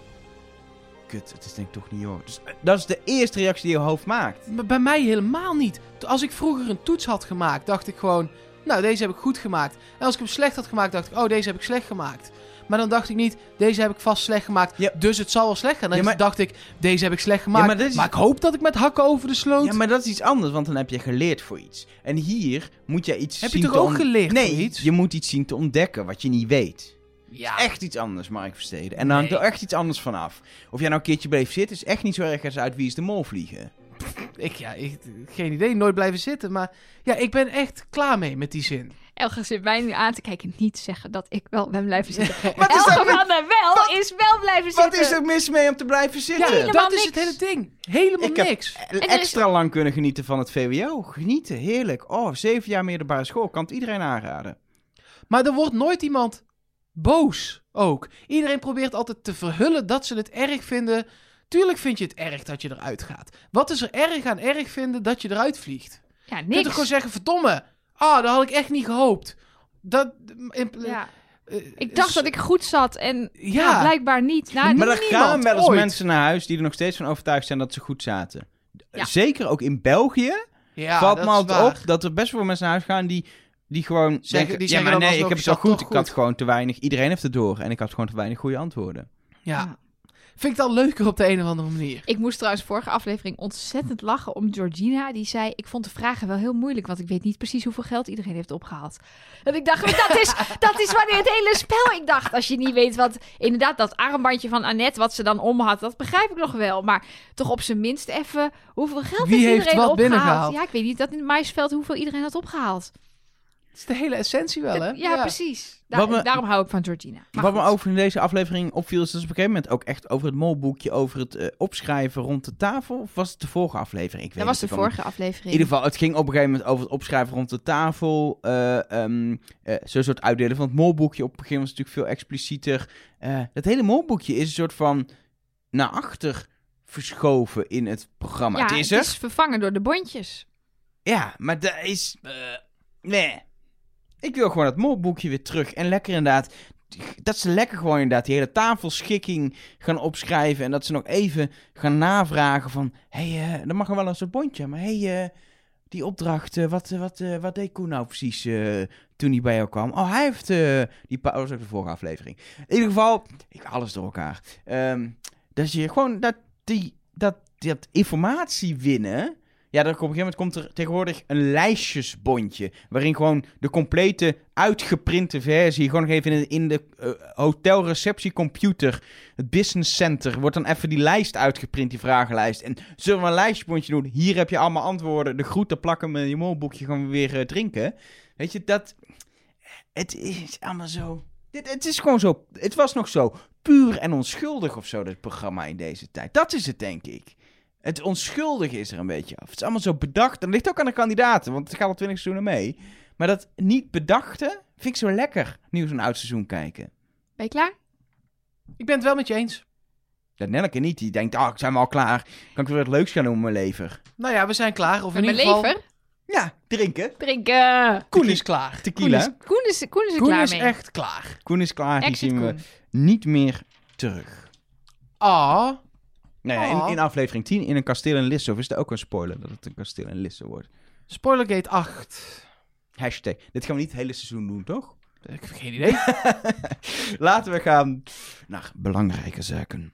B: kut, het is denk ik toch niet Joris. Dus, eh, dat is de eerste reactie die je hoofd maakt.
D: Maar Bij mij helemaal niet. T- Als ik vroeger een toets had gemaakt, dacht ik gewoon... Nou, deze heb ik goed gemaakt. En als ik hem slecht had gemaakt, dacht ik... Oh, deze heb ik slecht gemaakt. Maar dan dacht ik niet... Deze heb ik vast slecht gemaakt.
B: Ja.
D: Dus het zal wel slecht gaan. Dan
B: Ja, maar-
D: dacht ik... Deze heb ik slecht gemaakt.
B: Ja, maar
D: maar,
B: dit is-
D: ik hoop dat ik met hakken over de sloot...
B: Ja, maar dat is iets anders, want dan heb je geleerd voor iets. En hier moet jij iets
D: Heb je
B: zien
D: toch
B: te
D: ook
B: ont-
D: geleerd
B: Nee,
D: voor iets?
B: je moet iets zien te ontdekken wat je niet weet.
D: Ja.
B: echt iets anders, Mark Versteden. En dan hangt er echt iets anders vanaf. Of jij nou een keertje bleef zitten, is echt niet zo erg als uit Wie is de Mol vliegen.
D: Ik, ja, ik, geen idee. Nooit blijven zitten. Maar ja, ik ben echt klaar mee met die zin.
C: Elga zit mij nu aan te kijken. Niet zeggen dat ik wel ben blijven zitten.
B: Wat is
C: Elga
B: er,
C: van der Wel is wel blijven
B: wat
C: zitten.
B: is er mis mee om te blijven zitten?
C: Helemaal
D: dat is
C: niks.
D: het hele ding. Helemaal
B: Ik heb-
D: niks.
B: En
C: er is-
B: Extra lang kunnen genieten van het VWO. Genieten, heerlijk. Oh, zeven jaar middelbare school. Kan het iedereen aanraden.
D: Maar er wordt nooit iemand boos ook. Iedereen probeert altijd te verhullen dat ze het erg vinden. Tuurlijk vind je het erg dat je eruit gaat. Wat is er erg aan erg vinden dat je eruit vliegt?
C: Ja,
D: Je kunt toch gewoon
C: niks.
D: zeggen, verdomme. Ah, dat had ik echt niet gehoopt. Dat... in-
C: Ja.
D: eh,
C: Ik dacht
D: is-
C: dat ik goed zat en ja.
D: Ja.
C: blijkbaar niet. Nou,
B: maar
C: dat
B: er gaan wel eens
D: ooit.
B: mensen naar huis die er nog steeds van overtuigd zijn dat ze goed zaten.
C: Ja.
B: Zeker ook in België
D: Ja,
B: valt
D: dat
B: me
D: is
B: altijd
D: waar.
B: op dat er best wel mensen naar huis gaan die, die gewoon zeggen...
D: die
B: ja,
D: zeggen
B: maar
D: dan
B: nee, ik
D: alsnog,
B: heb het
D: je
B: al
D: zat
B: goed.
D: toch
B: Ik had
D: goed.
B: gewoon te weinig. Iedereen heeft het door. En ik had gewoon te weinig goede antwoorden.
D: Ja. Vind ik dan leuker op de een of andere manier.
C: Ik moest trouwens vorige aflevering ontzettend lachen om Georgina. Die zei, ik vond de vragen wel heel moeilijk, want ik weet niet precies hoeveel geld iedereen heeft opgehaald. En ik dacht, maar dat is, dat is wanneer het hele spel... Ik dacht, als je niet weet wat... Inderdaad, dat armbandje van Annette, wat ze dan om had, dat begrijp ik nog wel. Maar toch op zijn minst even, hoeveel geld
D: Wie
C: heeft
D: heeft
C: iedereen
D: wat
C: opgehaald?
D: binnengehaald?
C: Ja, ik weet niet dat in het maisveld hoeveel iedereen had opgehaald.
D: Het is de hele essentie wel, hè?
C: ja, precies. Da-
B: Wat me-
C: daarom hou ik van Georgina. Maar
B: Wat me
C: goed.
B: over in deze aflevering opviel, is dat ze op een gegeven moment ook echt over het molboekje, over het eh, opschrijven rond de tafel. Of was het de vorige aflevering? Ik weet
C: Dat was de
B: het ervan.
C: vorige
B: In
C: aflevering.
B: ieder geval, het ging op een gegeven moment over het opschrijven rond de tafel. eh, ehm, eh, Zo'n soort uitdelen van het molboekje. Op het begin was het natuurlijk veel explicieter. Eh het hele molboekje is een soort van naar achter verschoven in het programma.
C: ja,
B: het is er.
C: het is vervangen door de bondjes.
B: Ja, maar dat is. eh, nee. Ik wil gewoon dat molboekje weer terug. En lekker inderdaad. Dat ze lekker gewoon inderdaad die hele tafelschikking gaan opschrijven. En dat ze nog even gaan navragen van... Hé, hey, eh, dan mag er wel een soort bondje. Maar hé, hey, eh, die opdracht, eh, wat, eh, wat, eh, wat deed Koen nou precies eh, toen hij bij jou kwam? Oh, hij heeft... eh, die pa- oh, dat was ook de vorige aflevering. In ieder geval, ik alles door elkaar. Ehm, dat je gewoon dat, die, dat, dat informatie winnen... Ja, er, op een gegeven moment komt er tegenwoordig een lijstjesbondje. Waarin gewoon de complete uitgeprinte versie. Gewoon nog even in de, in de eh, hotelreceptiecomputer. Het business center. Wordt dan even die lijst uitgeprint, die vragenlijst. En zullen we een lijstjesbondje doen? Hier heb je allemaal antwoorden. De groeten plakken we in je molboekje. Gaan we weer eh, drinken. Weet je, dat. Het is allemaal zo. Dit, het is gewoon zo. Het was nog zo puur en onschuldig of zo, dat programma in deze tijd. Dat is het, denk ik. Het onschuldige is er een beetje af. Het is allemaal zo bedacht. En dat ligt ook aan de kandidaten, want het gaat al twintig seizoenen mee. Maar dat niet bedachte vind ik zo lekker. Nieuws en oud seizoen kijken.
C: Ben je klaar?
D: Ik ben het wel met je eens.
B: Dat Nelke niet, die denkt, ah, ik zijn we al klaar. Kan ik weer wat leuks gaan doen met mijn lever?
D: Nou ja, we zijn klaar. Of in
C: Met mijn
D: ieder geval...
C: lever?
B: Ja, drinken.
C: Drinken!
D: Koen is klaar.
B: Tequila.
C: Koen is, Koen is, Koen is er
D: Koen
C: klaar
D: is
C: mee.
D: echt klaar.
B: Koen is klaar, die
C: Exit
B: zien we
C: Koen.
B: niet meer terug.
D: Ah,
B: Nou ja,
D: Oh.
B: in, in aflevering 10, in een kasteel in Lissau, is dat ook een spoiler dat het een kasteel in Lissau wordt.
D: Spoilergate 8.
B: Hashtag. Dit gaan we niet het hele seizoen doen, toch?
D: Ik heb geen idee.
B: Laten we gaan naar belangrijke zaken.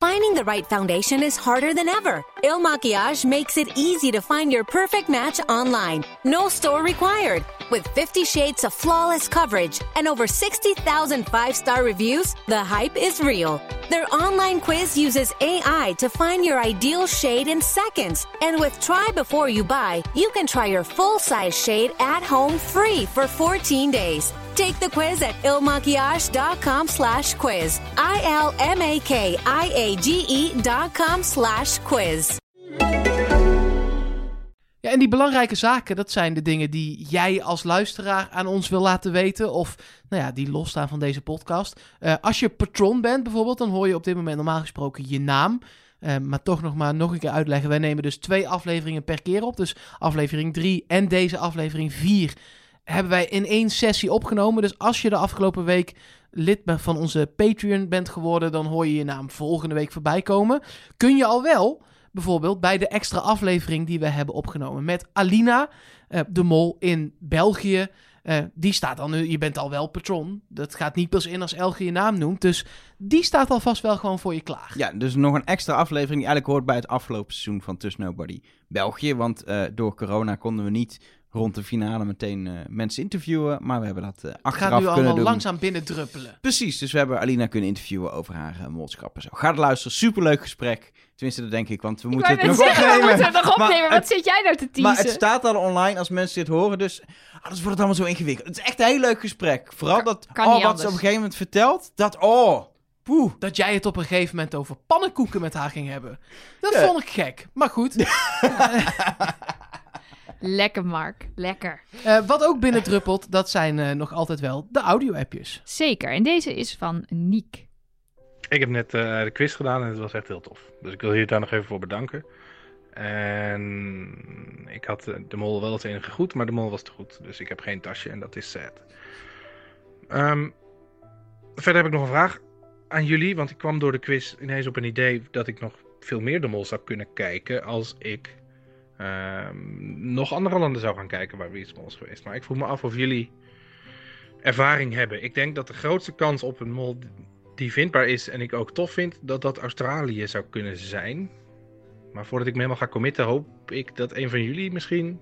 A: Finding the right foundation is harder than ever. Il Makiage makes it easy to find your perfect match online. No store required. With 50 shades of flawless coverage and over 60,000 five star reviews, the hype is real. Their online quiz uses AI to find your ideal shade in seconds. And with Try Before You Buy, you can try your full size shade at home free for 14 days. Take the quiz at ilmakiage.com slash quiz. E I-L-M-A-K-I-A-G-E dot com slash quiz.
D: Ja, en die belangrijke zaken, dat zijn de dingen die jij als luisteraar aan ons wil laten weten. Of, nou ja, die losstaan van deze podcast. Eh, als je patron bent bijvoorbeeld, dan hoor je op dit moment normaal gesproken je naam. Eh, maar toch nog maar nog een keer uitleggen. Wij nemen dus twee afleveringen per keer op. Dus aflevering 3 en deze aflevering 4 hebben wij in één sessie opgenomen. Dus als je de afgelopen week lid ben- van onze Patreon bent geworden, dan hoor je je naam volgende week voorbij komen. Kun je al wel bijvoorbeeld bij de extra aflevering die we hebben opgenomen met Alina, eh, de mol in België. Eh, die staat al nu, je bent al wel patron. Dat gaat niet pas in als Elge je naam noemt. Dus die staat alvast wel gewoon voor je klaar.
B: Ja, dus nog een extra aflevering die eigenlijk hoort bij het afgelopen seizoen van Tuss Nobody België. Want eh, door corona konden we niet rond de finale meteen eh, mensen interviewen. Maar we hebben dat eh,
D: Het
B: achteraf
D: gaat nu
B: kunnen
D: allemaal
B: doen.
D: langzaam binnendruppelen.
B: Precies, dus we hebben Alina kunnen interviewen over haar eh, molschap en zo. Ga het luisteren, superleuk gesprek. Tenminste, dat denk ik, want we moeten
C: Ik
B: het nog
C: wou net zeggen, we
B: opnemen.
C: moeten het nog
B: Maar
C: opnemen. Wat
B: het-
C: zit jij nou te
B: Maar
C: teasen?
B: het staat al online als mensen dit horen, dus anders wordt het allemaal zo ingewikkeld. Het is echt een heel leuk gesprek. Vooral
C: Kan-
B: dat,
C: kan
B: oh,
C: niet
B: wat ze
C: anders.
B: op een gegeven moment vertelt, dat, oh, poeh.
D: Dat jij het op een gegeven moment over pannenkoeken met haar ging hebben. Dat
B: Ja.
D: vond ik gek. Maar goed.
C: Lekker, Mark. Lekker.
D: Eh, wat ook binnendruppelt, dat zijn eh, nog altijd wel de audio-appjes.
C: Zeker. En deze is van Niek.
E: Ik heb net eh, de quiz gedaan en het was echt heel tof. Dus ik wil hier daar nog even voor bedanken. En ik had eh, de mol wel als enige goed, maar de mol was te goed. Dus ik heb geen tasje en dat is sad. Ehm, verder heb ik nog een vraag aan jullie. Want ik kwam door de quiz ineens op een idee dat ik nog veel meer de mol zou kunnen kijken. Als ik ehm, nog andere landen zou gaan kijken waar iets mol is geweest. Maar ik vroeg me af of jullie ervaring hebben. Ik denk dat de grootste kans op een mol die vindbaar is en ik ook tof vind, dat dat Australië zou kunnen zijn. Maar voordat ik me helemaal ga committen, hoop ik dat een van jullie misschien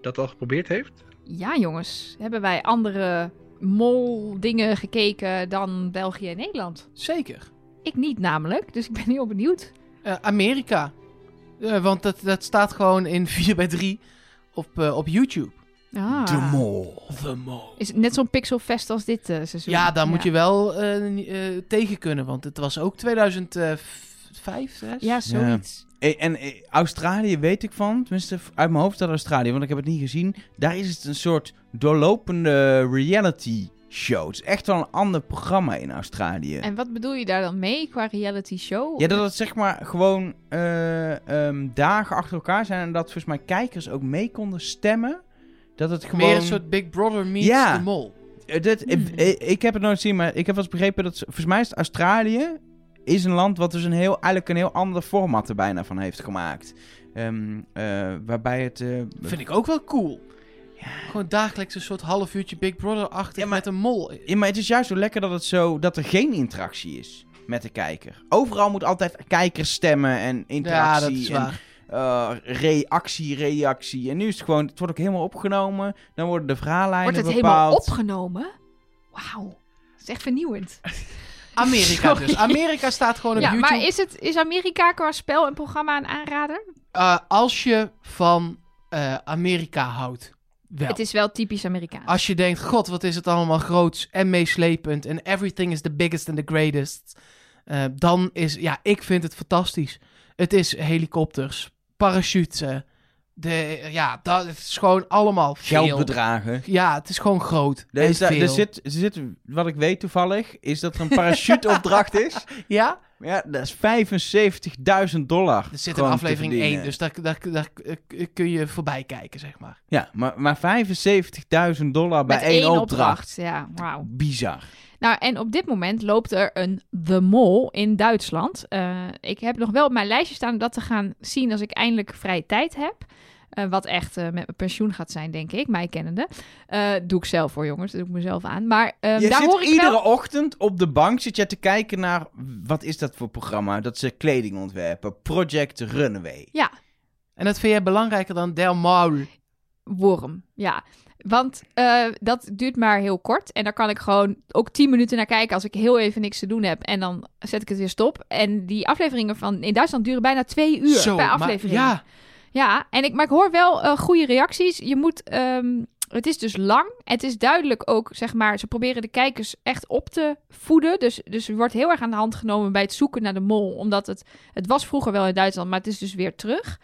E: dat al geprobeerd heeft.
C: Ja, jongens. Hebben wij andere mol-dingen gekeken dan België en Nederland?
D: Zeker.
C: Ik niet namelijk, dus ik ben heel benieuwd.
D: Eh, Amerika. Eh, want dat, dat staat gewoon in 4x3 op, eh, op YouTube.
C: Ah.
B: De mol.
D: The Mo.
C: Is het net zo'n pixelfest als dit eh, seizoen?
D: Ja, daar moet je wel eh, ni- eh, tegen kunnen. Want het was ook eh, 2005, 6?
C: Ja, zoiets.
B: Eh, En eh, Australië weet ik van, tenminste v- uit mijn hoofd dat Australië, want ik heb het niet gezien. Daar is het een soort doorlopende reality show. Het is echt wel een ander programma in Australië.
C: En wat bedoel je daar dan mee qua reality show?
B: Ja, dat het zeg maar gewoon eh, ehm, dagen achter elkaar zijn en dat volgens mij kijkers ook mee konden stemmen. Dat het gewoon...
D: Meer een soort Big Brother meets
B: Ja.
D: The Mol.
B: Eh, dit- eh,
C: Hmm.
B: eh, ik heb het nooit gezien, maar ik heb wel eens begrepen dat... ze- Volgens mij is het Australië is een land wat dus een heel, eigenlijk een heel ander format er bijna van heeft gemaakt. Ehm, eh, waarbij het... eh,
D: Vind ik ook wel cool. Gewoon dagelijks een soort half uurtje Big Brother-achtig
B: Ja, maar-
D: met een mol.
B: Ja, maar het is juist zo lekker dat het zo dat er geen interactie is met de kijker. Overal moet altijd kijkers stemmen en
D: Ja,
B: interactie
D: dat is
B: en
D: waar.
B: eh, reactie, reactie. En nu is het gewoon, het wordt ook helemaal opgenomen. Dan worden de verhaallijnen
C: Wordt het helemaal
B: bepaald.
C: opgenomen? Wauw. Dat is echt vernieuwend.
D: Amerika
C: Sorry.
D: dus. Amerika staat gewoon op
C: Ja,
D: YouTube.
C: maar is, het, is Amerika qua spel en programma een aanrader?
D: Eh, als je van eh, Amerika houdt, wel.
C: Het is wel typisch Amerikaans.
D: Als je denkt, god, wat is het allemaal groots en meeslepend en everything is the biggest and the greatest, eh, dan is, ja, ik vind het fantastisch. Het is helikopters, parachutes, de, ja, dat het is gewoon allemaal veel.
B: Geldbedragen.
D: Ja, het is gewoon groot.
B: Er,
D: en
B: is daar- er
D: veel.
B: zit, er zit, wat ik weet toevallig, is dat er een parachuteopdracht is.
D: Ja,
B: Ja, dat is 75.000 dollar.
D: er zit in
B: gewoon te
D: aflevering 1,
B: verdienen.
D: dus daar, daar, daar eh, kun je voorbij kijken, zeg maar.
B: Ja, maar, maar 75.000 dollar bij
C: Met
B: één, opdracht.
C: Ja, wauw.
B: Bizar.
C: Nou, en op dit moment loopt er een The Mol in Duitsland. Eh, ik heb nog wel op mijn lijstje staan om dat te gaan zien als ik eindelijk vrije tijd heb. Eh, wat echt eh, met mijn pensioen gaat zijn, denk ik, mij kennende. Eh, doe ik zelf voor jongens, dat doe ik mezelf aan. Maar ehm,
B: je
C: daar
B: zit
C: hoor ik
B: iedere
C: wel...
B: ochtend op de bank zit jij te kijken naar wat is dat voor programma? Dat ze kleding ontwerpen, Project Runway.
C: Ja,
D: En dat vind jij belangrijker dan Del Maul.
C: worm, ja. Want eh, dat duurt maar heel kort. En daar kan ik gewoon ook 10 minuten naar kijken als ik heel even niks te doen heb. En dan zet ik het weer stop. En die afleveringen van in Duitsland duren bijna twee uur
D: Zo,
C: per
D: maar-
C: aflevering.
D: ja,
C: Ja, en ik, maar ik hoor wel eh, goede reacties. Je moet, ehm, het is dus lang. Het is duidelijk ook, zeg maar, ze proberen de kijkers echt op te voeden. Dus, dus er wordt heel erg aan de hand genomen bij het zoeken naar de mol. Omdat het, het was vroeger wel in Duitsland, maar het is dus weer terug.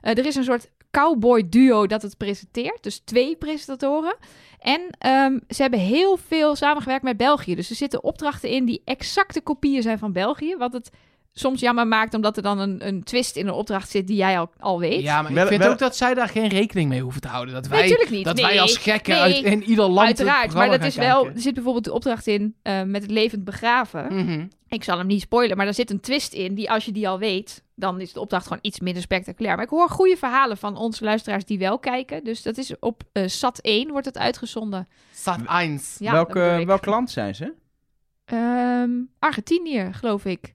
C: Eh, er is een soort cowboy duo dat het presenteert. Dus twee presentatoren. En ehm, ze hebben heel veel samengewerkt met België. Dus er zitten opdrachten in die exacte kopieën zijn van België. Wat het soms jammer maakt, omdat er dan een, een twist in een opdracht zit die jij al, al weet.
D: Ja, maar
B: Wel-
D: ik vind
B: wel-
D: ook dat zij daar geen rekening mee hoeven te houden. Dat
C: Nee,
D: wij,
C: tuurlijk niet.
D: Dat
C: Nee,
D: wij als gekken
C: nee.
D: uit, in ieder land het
C: Uiteraard, maar
D: programma
C: dat is
D: gaan
C: wel.
D: kijken.
C: Er zit bijvoorbeeld de opdracht in eh, met het levend begraven.
D: Mhm.
C: Ik zal hem niet spoilen, maar er zit een twist in die als je die al weet, dan is de opdracht gewoon iets minder spectaculair. Maar ik hoor goede verhalen van onze luisteraars die wel kijken. Dus dat is op eh Sat 1 wordt het uitgezonden.
D: Sat 1.
C: Ja, dat
B: welk,
C: bedoel
B: eh,
C: ik.
B: welk land zijn ze?
C: Ehm, Argentinië, geloof ik.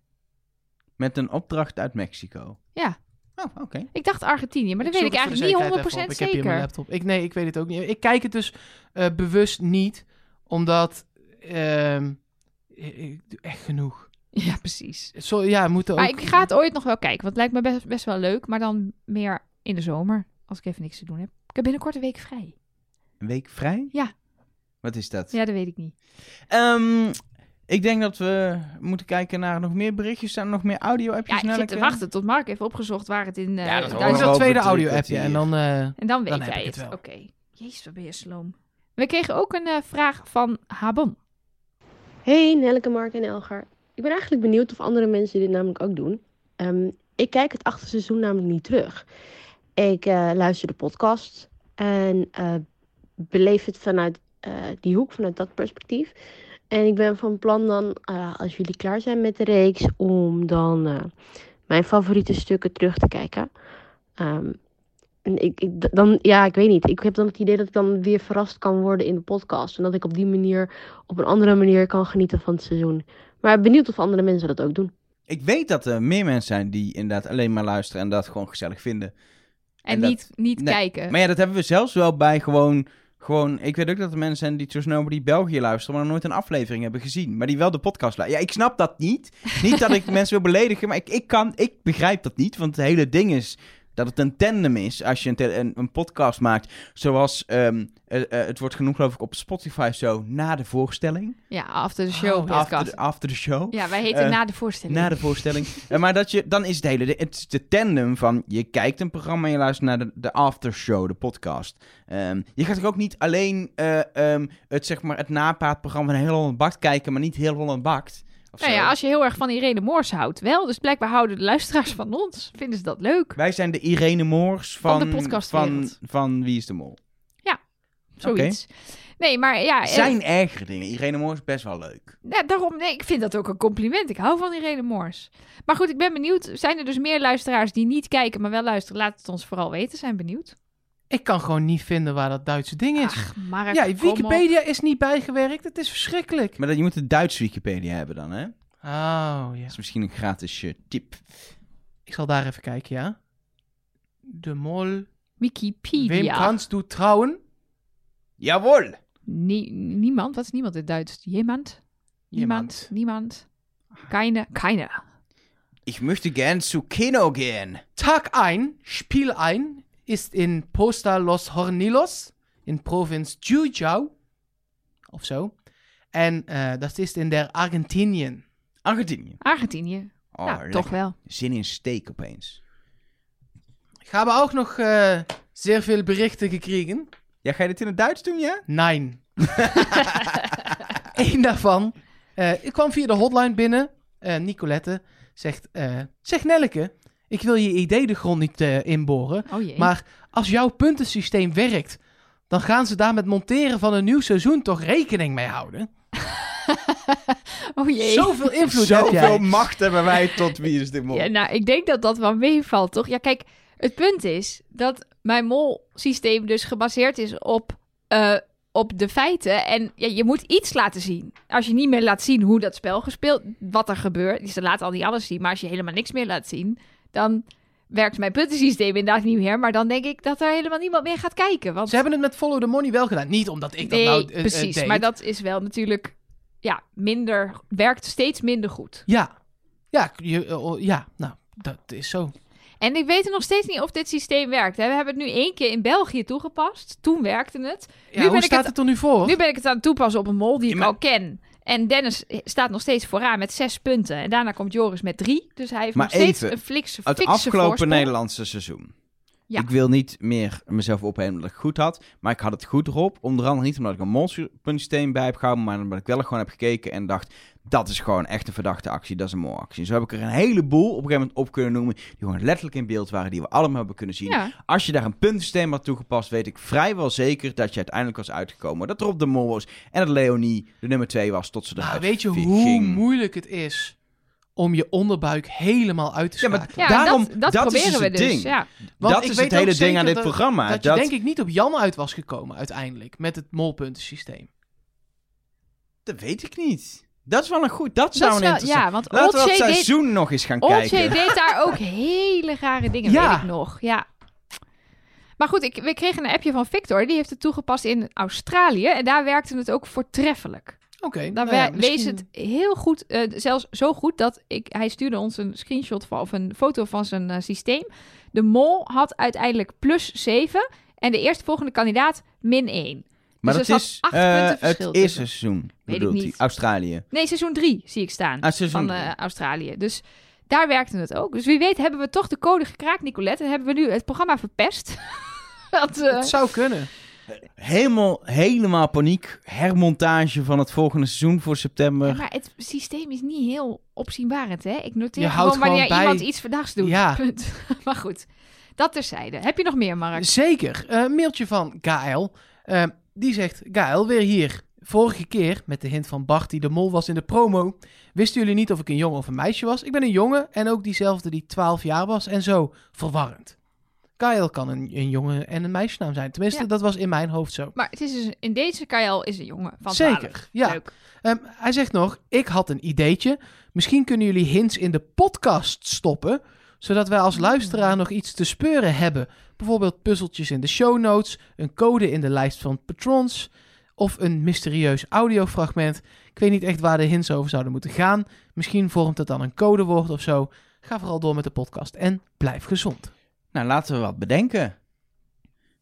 B: Met een opdracht uit Mexico.
C: Ja.
B: Oh, oké.
C: Ik dacht Argentinië, maar dat weet
D: zoek
C: ik
D: het voor de
C: eigenlijk niet 100%
D: zekerheid even op. Ik heb hier mijn
C: zeker.
D: laptop. Ik, nee, ik weet het ook niet. Ik kijk het dus eh, bewust niet, omdat ehm, ik, ik doe echt genoeg.
C: Ja, precies.
D: Zo, ja, we moeten
C: Maar
D: ook...
C: ik ga het ooit nog wel kijken, want het lijkt me best, best wel leuk. Maar dan meer in de zomer, als ik even niks te doen heb. Ik heb binnenkort een week vrij.
B: Een week vrij?
C: Ja.
B: Wat is dat?
C: Ja, dat weet ik niet.
B: Ehm, ik denk dat we moeten kijken naar nog meer berichtjes. Zijn er nog meer
C: Ja,
B: audio-appjes?
C: ik zit te
B: Nelleke?
C: wachten tot Mark heeft opgezocht waar het in... eh,
B: Ja, dat horen
D: Doe
C: Duitsland-
B: we
D: dat
B: over
D: tweede
B: drie
D: audio-appje en
B: kwartier.
D: dan... eh,
C: En dan weet
D: Dan heb
C: jij
D: ik
C: het.
D: het
C: Oké.
D: wel.
C: Jezus, wat ben je sloom. We kregen ook een eh, vraag van Habon.
F: Hey Nelleke, Mark en Elgar. Ik ben eigenlijk benieuwd of andere mensen dit namelijk ook doen. Ehm, ik kijk het achtste seizoen namelijk niet terug. Ik eh, luister de podcast en eh, beleef het vanuit eh, die hoek, vanuit dat perspectief. En ik ben van plan dan, eh, als jullie klaar zijn met de reeks, om dan eh, mijn favoriete stukken terug te kijken. Ehm, en ik, ik, dan, ja, ik weet niet. Ik heb dan het idee dat ik dan weer verrast kan worden in de podcast. En dat ik op die manier op een andere manier kan genieten van het seizoen. Maar benieuwd of andere mensen dat ook doen.
B: Ik weet dat er meer mensen zijn die inderdaad alleen maar luisteren en dat gewoon gezellig vinden.
C: En,
B: En dat-
C: niet, niet
B: nee,
C: kijken.
B: Eh. Maar ja, dat hebben we zelfs wel bij gewoon... gewoon ik weet ook dat er mensen zijn die Trust Nobody België luisteren... maar nog nooit een aflevering hebben gezien. Maar die wel de podcast luisteren. Ja, ik snap dat niet. Niet dat ik mensen wil beledigen, maar ik, ik, kan, ik begrijp dat niet. Want het hele ding is dat het een tandem is als je een, tele- een, een podcast maakt. Zoals, ehm, eh, eh, het wordt genoemd geloof ik op Spotify zo... na de voorstelling.
C: Ja, after the show
D: Oh,
C: podcast.
B: After, the- after the show.
C: Ja, wij heten
B: Eh,
C: na de voorstelling.
B: Na de voorstelling. Eh, maar dat je, dan is het hele. Het is de tandem van. Je kijkt een programma en je luistert naar de, de aftershow, de podcast. Ehm, je gaat toch ook niet alleen eh, ehm, het, zeg maar, het napaatprogramma van Heel Holland Bakt kijken, maar niet Heel Holland Bakt. Of
C: nou
B: zo.
C: ja, als je heel erg van Irene Moors houdt, wel. Dus blijkbaar houden de luisteraars van ons. Vinden ze dat leuk?
B: Wij zijn de Irene Moors van.
C: Van de podcastwereld.
B: Van, van Wie is de Mol?
C: Zoiets. Nee, maar ja. eh,
B: Zijn ergere dingen. Irene Moors is best wel leuk.
C: nou, daarom, nee, ik vind dat ook een compliment. Ik hou van Irene Moors. Maar goed, ik ben benieuwd. Zijn er dus meer luisteraars die niet kijken, maar wel luisteren? Laat het ons vooral weten. Zijn benieuwd.
D: ik kan gewoon niet vinden waar dat Duitse ding is.
C: Ach, Mark,
D: ja,
C: kom op.
D: Wikipedia is niet bijgewerkt. Het is verschrikkelijk.
B: Maar dat, je moet de Duits Wikipedia hebben dan, hè? Dat
D: Oh, ja.
B: is misschien een gratis eh, tip.
D: Ik zal daar even kijken, ja. De mol. Wem
C: Wikipedia.
D: kanst du trouwen?
B: Jawohl!
C: Nie- niemand? Wat is niemand in het Duits? Jemand? Niemand? Niemand? Keine? Keine.
B: Ik möchte gern zu Kino gehen.
D: Tag ein, Spiel ein, ist in Posta Los Hornilos in Provinz Juchau. Of zo. En eh, dat is in der Argentinien.
B: Argentinië.
C: Argentinië.
B: Oh,
C: ja,
B: lekker.
C: Nou, toch wel.
B: Zin in steek opeens.
D: Ik heb ook nog eh, zeer veel berichten gekregen.
B: Ja, ga je dit in het Duits doen, ja?
D: Nein. Eén daarvan. eh, ik kwam via de hotline binnen. Eh, Nicolette zegt: eh, Zeg Nelleke, ik wil je idee de grond niet eh, inboren.
C: Oh jee.
D: Maar als jouw puntensysteem werkt, dan gaan ze daar met monteren van een nieuw seizoen toch rekening mee houden.
C: oh jee.
D: Zoveel invloed heb jij.
B: Zoveel macht hebben wij tot wie is dit mol.
C: Ja, nou, ik denk dat dat wel meevalt, toch? Ja, kijk, het punt is dat mijn mol-systeem dus gebaseerd is op, eh, op de feiten. En ja, je moet iets laten zien. Als je niet meer laat zien hoe dat spel gespeeld, wat er gebeurt. Dus ze laten al niet alles zien, maar als je helemaal niks meer laat zien, dan werkt mijn puntensysteem inderdaad niet meer. Maar dan denk ik dat er helemaal niemand meer gaat kijken. Want
D: Ze hebben het met Follow the Money wel gedaan. Niet omdat ik dat
C: nee,
D: nou eh, eh,
C: precies.
D: deed.
C: maar dat is wel natuurlijk, ja, minder, werkt steeds minder goed.
D: Ja. Ja, je, eh, oh, ja, nou, dat is zo.
C: En ik weet nog steeds niet of dit systeem werkt. Hè. We hebben het nu één keer in België toegepast. Toen werkte het.
D: Ja,
C: ben
D: hoe
C: ik
D: staat
C: het-
D: het... er nu voor?
C: Nu ben ik het aan het toepassen op een mol die
B: Ja,
C: ik
B: maar-
C: al ken. En Dennis staat nog steeds vooraan met zes punten. En daarna komt Joris met drie. Dus hij heeft
B: Maar
C: nog steeds
B: even,
C: een flikse,
B: Het
C: fikse
B: afgelopen
C: voorsprong.
B: Nederlandse seizoen.
C: Ja.
B: Ik wil niet meer mezelf opheffen omdat ik het goed had. Maar ik had het goed erop. Onder andere niet omdat ik een monsterpunsysteem bij heb gehouden. Maar omdat ik wel gewoon heb gekeken en dacht... Dat is gewoon echt een verdachte actie. Dat is een mooie actie. Zo heb ik er een heleboel op een gegeven moment op kunnen noemen. Die gewoon letterlijk in beeld waren. Die we allemaal hebben kunnen zien.
C: Ja,
B: Als je daar een puntensysteem had toegepast, weet ik vrijwel zeker dat je uiteindelijk was uitgekomen. Dat Rob de Mol was en dat Leonie de nummer 2 was tot ze
D: Nou,
B: eruit
D: weet je
B: vi-
D: hoe
B: ging.
D: moeilijk het is om je onderbuik helemaal uit te
B: Ja, maar
D: schakelen?
C: ja
B: Daarom-
C: dat, dat,
B: dat is
C: proberen
B: dus
C: we
B: het
C: dus.
B: ding.
C: Ja.
D: Want
B: dat
D: ik
B: is
D: weet
B: het hele ding
D: ook zeker
B: aan dit
D: dat-
B: programma.
D: dat je denk ik niet op Jan uit was gekomen uiteindelijk met het molpuntensysteem.
B: dat weet ik niet. Dat is wel een goed. Dat zou
C: Dat is
B: een
C: wel,
B: interessant.
C: ja, want
B: Laten we dat
C: Olcay deed,
B: seizoen nog eens gaan
C: Olcay
B: kijken.
C: deed daar ook hele rare dingen,
D: Ja.
C: weet ik nog. Ja. Maar goed, ik, we kregen een appje van Victor. Die heeft het toegepast in Australië. En daar werkte het ook voortreffelijk.
D: Oké,
C: Daar
D: nou ja,
C: we- wees
D: misschien-
C: het heel goed, eh, zelfs zo goed dat ik, hij stuurde ons een screenshot van, of een foto van zijn eh, systeem. De mol had uiteindelijk plus 7 en de eerstvolgende kandidaat min 1.
B: maar
C: dus er
B: dat
C: zat
B: is
C: acht
B: eh,
C: punten
B: het
C: verschil
B: eerste
C: tussen.
B: seizoen.
C: ik
B: bedoelt hij.
C: niet.
B: Australië.
C: Nee, seizoen 3 zie ik staan
B: Ah, seizoen
C: van eh,
B: drie.
C: Australië. Dus daar werkte het ook. Dus wie weet hebben we toch de code gekraakt, Nicolette, en hebben we nu het programma verpest. Dat, eh,
D: Het zou kunnen.
B: Helemaal, helemaal paniek. Hermontage van het volgende seizoen voor september.
C: maar het systeem is niet heel opzienbarend, hè? Ik noteer
D: Je
C: gewoon
D: houdt gewoon
C: wanneer
D: bij-
C: iemand iets verdachts doet.
D: Ja.
C: Punt. Maar goed, dat terzijde. Heb je nog meer, Mark?
D: Zeker. Eh, Een mailtje van Gael. Eh, die zegt, Gael, weer hier. Vorige keer, met de hint van Bart die de mol was in de promo, wisten jullie niet of ik een jongen of een meisje was. Ik ben een jongen en ook diezelfde die 12 jaar was en zo. Verwarrend. Gael kan een, een jongen en een meisjesnaam zijn. Tenminste,
C: Ja.
D: dat was in mijn hoofd zo.
C: Maar het is dus, in deze KL is een jongen van 12.
D: Zeker, ja.
C: Leuk.
D: Ehm, hij zegt nog, ik had een ideetje. Misschien kunnen jullie hints in de podcast stoppen, zodat wij als luisteraar nog iets te speuren hebben. Bijvoorbeeld puzzeltjes in de show notes, een code in de lijst van patrons of een mysterieus audiofragment. Ik weet niet echt waar de hints over zouden moeten gaan. Misschien vormt het dan een codewoord of zo. Ga vooral door met de podcast en blijf gezond.
B: Nou, laten we wat bedenken.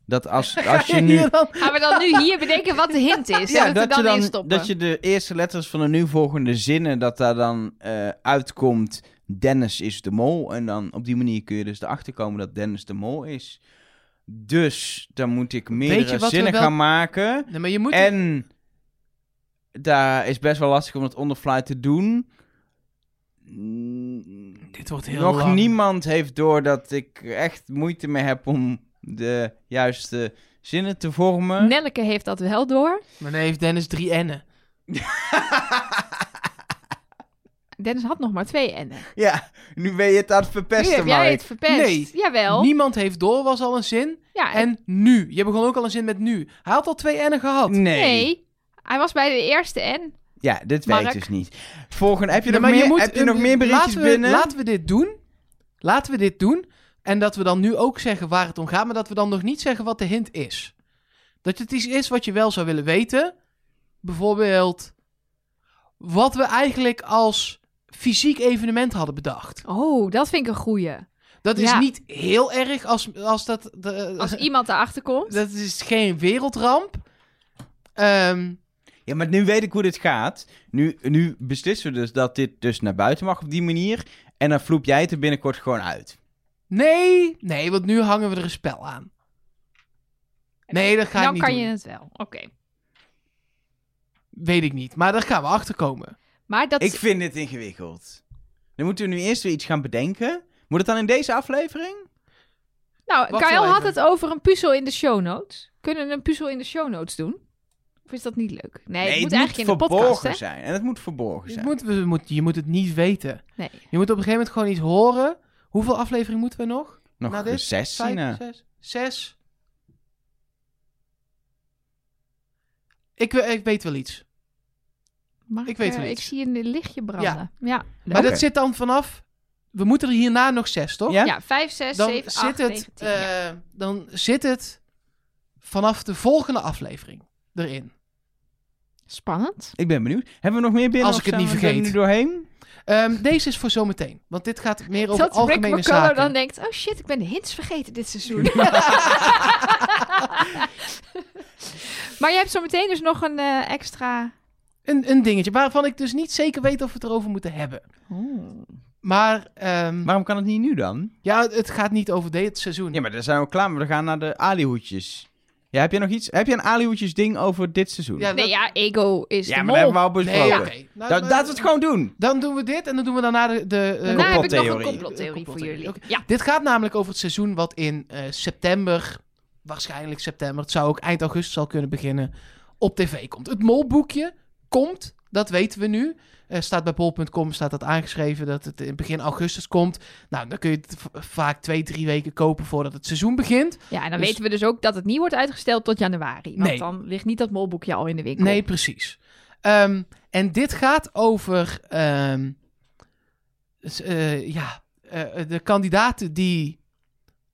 B: Dat als, als je nu...
D: Hier dan.
C: Gaan we dan nu hier bedenken wat de hint is? en dat we dan, in stoppen.
B: dat je de eerste letters van de nu volgende zinnen, dat daar dan eh, uitkomt Dennis is de mol. En dan op die manier kun je dus erachter komen dat Dennis de mol is. Dus dan moet ik
D: je
B: meerdere
D: wat we
B: zinnen
D: wel-
B: gaan maken.
D: Nee, maar je moet...
B: En daar is best wel lastig om dat on the fly te doen. Mm,
D: Dit wordt heel
B: Nog
D: lang.
B: niemand heeft door dat ik echt moeite mee heb om de juiste zinnen te vormen.
C: Nelleke heeft dat wel door.
D: Maar nee, heeft Dennis drie N'en.
C: Dennis had nog maar twee N'en.
B: Ja, nu ben je het aan het
C: Nu
B: verpesten,
C: heb jij
B: Mark.
C: het verpest.
D: Nee,
C: Jawel.
D: Niemand E. heeft door was al een zin.
C: ja, en-
D: En nu. Je begon ook al een zin met nu. Hij had al twee N'en gehad.
B: Mm.
C: nee. Hij was bij de eerste N.
B: Ja, dit
C: Mark.
B: werkt dus niet. Volgende, heb je,
D: Nee,
B: nog, meer,
D: je moet
B: heb je
D: een-
B: nog meer berichtjes
D: Eh, laten we,
B: binnen?
D: Laten we dit doen. Laten we dit doen. En dat we dan nu ook zeggen waar het om gaat, maar dat we dan nog niet zeggen wat de hint is. Dat het iets is wat je wel zou willen weten. Bijvoorbeeld wat we eigenlijk als fysiek evenement hadden bedacht.
C: Oh, dat vind ik een goeie.
D: Dat is
C: Ja.
D: niet heel erg als, als dat... De,
C: Als iemand erachter komt.
D: dat is geen wereldramp. Ehm,
B: Ja, maar nu weet ik hoe dit gaat. Nu, nu beslissen we dus dat dit dus naar buiten mag op die manier. En dan vloep jij het er binnenkort gewoon uit.
D: Nee, nee, want nu hangen we er een spel aan. Nee, dat ga ik
C: dan
D: niet
C: kan
D: doen.
C: je het wel. Oké.
D: Weet ik niet, maar daar gaan we achter komen.
C: Maar dat...
B: Ik vind dit ingewikkeld. Dan moeten we nu eerst weer iets gaan bedenken. Moet het dan in deze aflevering?
C: nou,
D: Wacht
C: Kyle
D: wel
C: had
D: even.
C: het over een puzzel in de show notes. Kunnen we een puzzel in de show notes doen? Of is dat niet leuk? Nee, het moet eigenlijk in de
B: verborgen
C: podcast, hè?
B: zijn. En het moet verborgen
D: Je
B: zijn.
D: moet, we moet- je moet het niet weten.
C: Nee.
D: Je moet op een gegeven moment gewoon iets horen. Hoeveel afleveringen moeten we nog?
B: Nog
D: na dit?
B: een zes
D: Vijf,
B: zinnen.
D: zes? Zes? Ik, we- ik weet wel iets.
C: Mag
D: Ik weet
C: eh,
D: het niet.
C: Ik zie een lichtje branden. Ja, ja.
D: Maar
B: Oké.
D: dat zit dan vanaf... We moeten er hierna nog zes, toch?
B: Ja?
C: 5, 6,
D: dan
C: 7, 8,
D: zit het, eh, Dan zit het vanaf de volgende aflevering erin.
C: Spannend.
B: Ik ben benieuwd. Hebben we nog meer binnen?
D: Als
B: of
D: ik het
B: zijn
D: niet
B: we er nu
D: vergeet.
B: doorheen?
D: Ehm, deze is voor zometeen. Want dit gaat meer over
C: Dat Rick
D: algemene
C: McCullough
D: zaken.
C: dan denkt, oh shit, ik ben de hints vergeten dit seizoen. maar je hebt zometeen dus nog een eh, extra... Oh.
D: Een, een dingetje waarvan ik dus niet zeker weet of we het erover moeten hebben. Maar, ehm,
B: Waarom kan het niet nu dan?
D: ja, het- het gaat niet over dit seizoen.
B: Ja, maar daar zijn we klaar mee. We gaan naar de alihoedjes. Ja, heb je nog iets? Heb je een alihoedjes ding over dit seizoen?
D: Ja,
C: Nee, ja, ego is
B: Ja,
C: de
B: maar daar
C: mol.
B: hebben we al besproken.
D: Nee, oké.
B: Da-
D: Nou, maar-
B: laten we het gewoon doen.
D: Dan doen we dit en dan doen we daarna de... de eh,
C: Daarna heb Nou, ik nog een
B: Complottheorie.
C: complottheorie voor
D: Complottheorie,
C: jullie.
D: oké.
C: Ja,
D: Dit gaat namelijk over het seizoen wat in eh, september, waarschijnlijk september, het zou ook eind augustus al kunnen beginnen, op tv komt. Het molboekje komt, dat weten we nu. Eh, staat bij bol.com, staat dat aangeschreven dat het in begin augustus komt. Nou, dan kun je het v- vaak twee, drie weken kopen voordat het seizoen begint.
C: ja en dan
D: Dus-
C: weten we dus ook dat het niet wordt uitgesteld tot januari. Want
D: Nee.
C: dan ligt niet dat molboekje al in de winkel.
D: Nee, precies. Ehm, en dit gaat over ehm, s- eh, ja, eh, de kandidaten die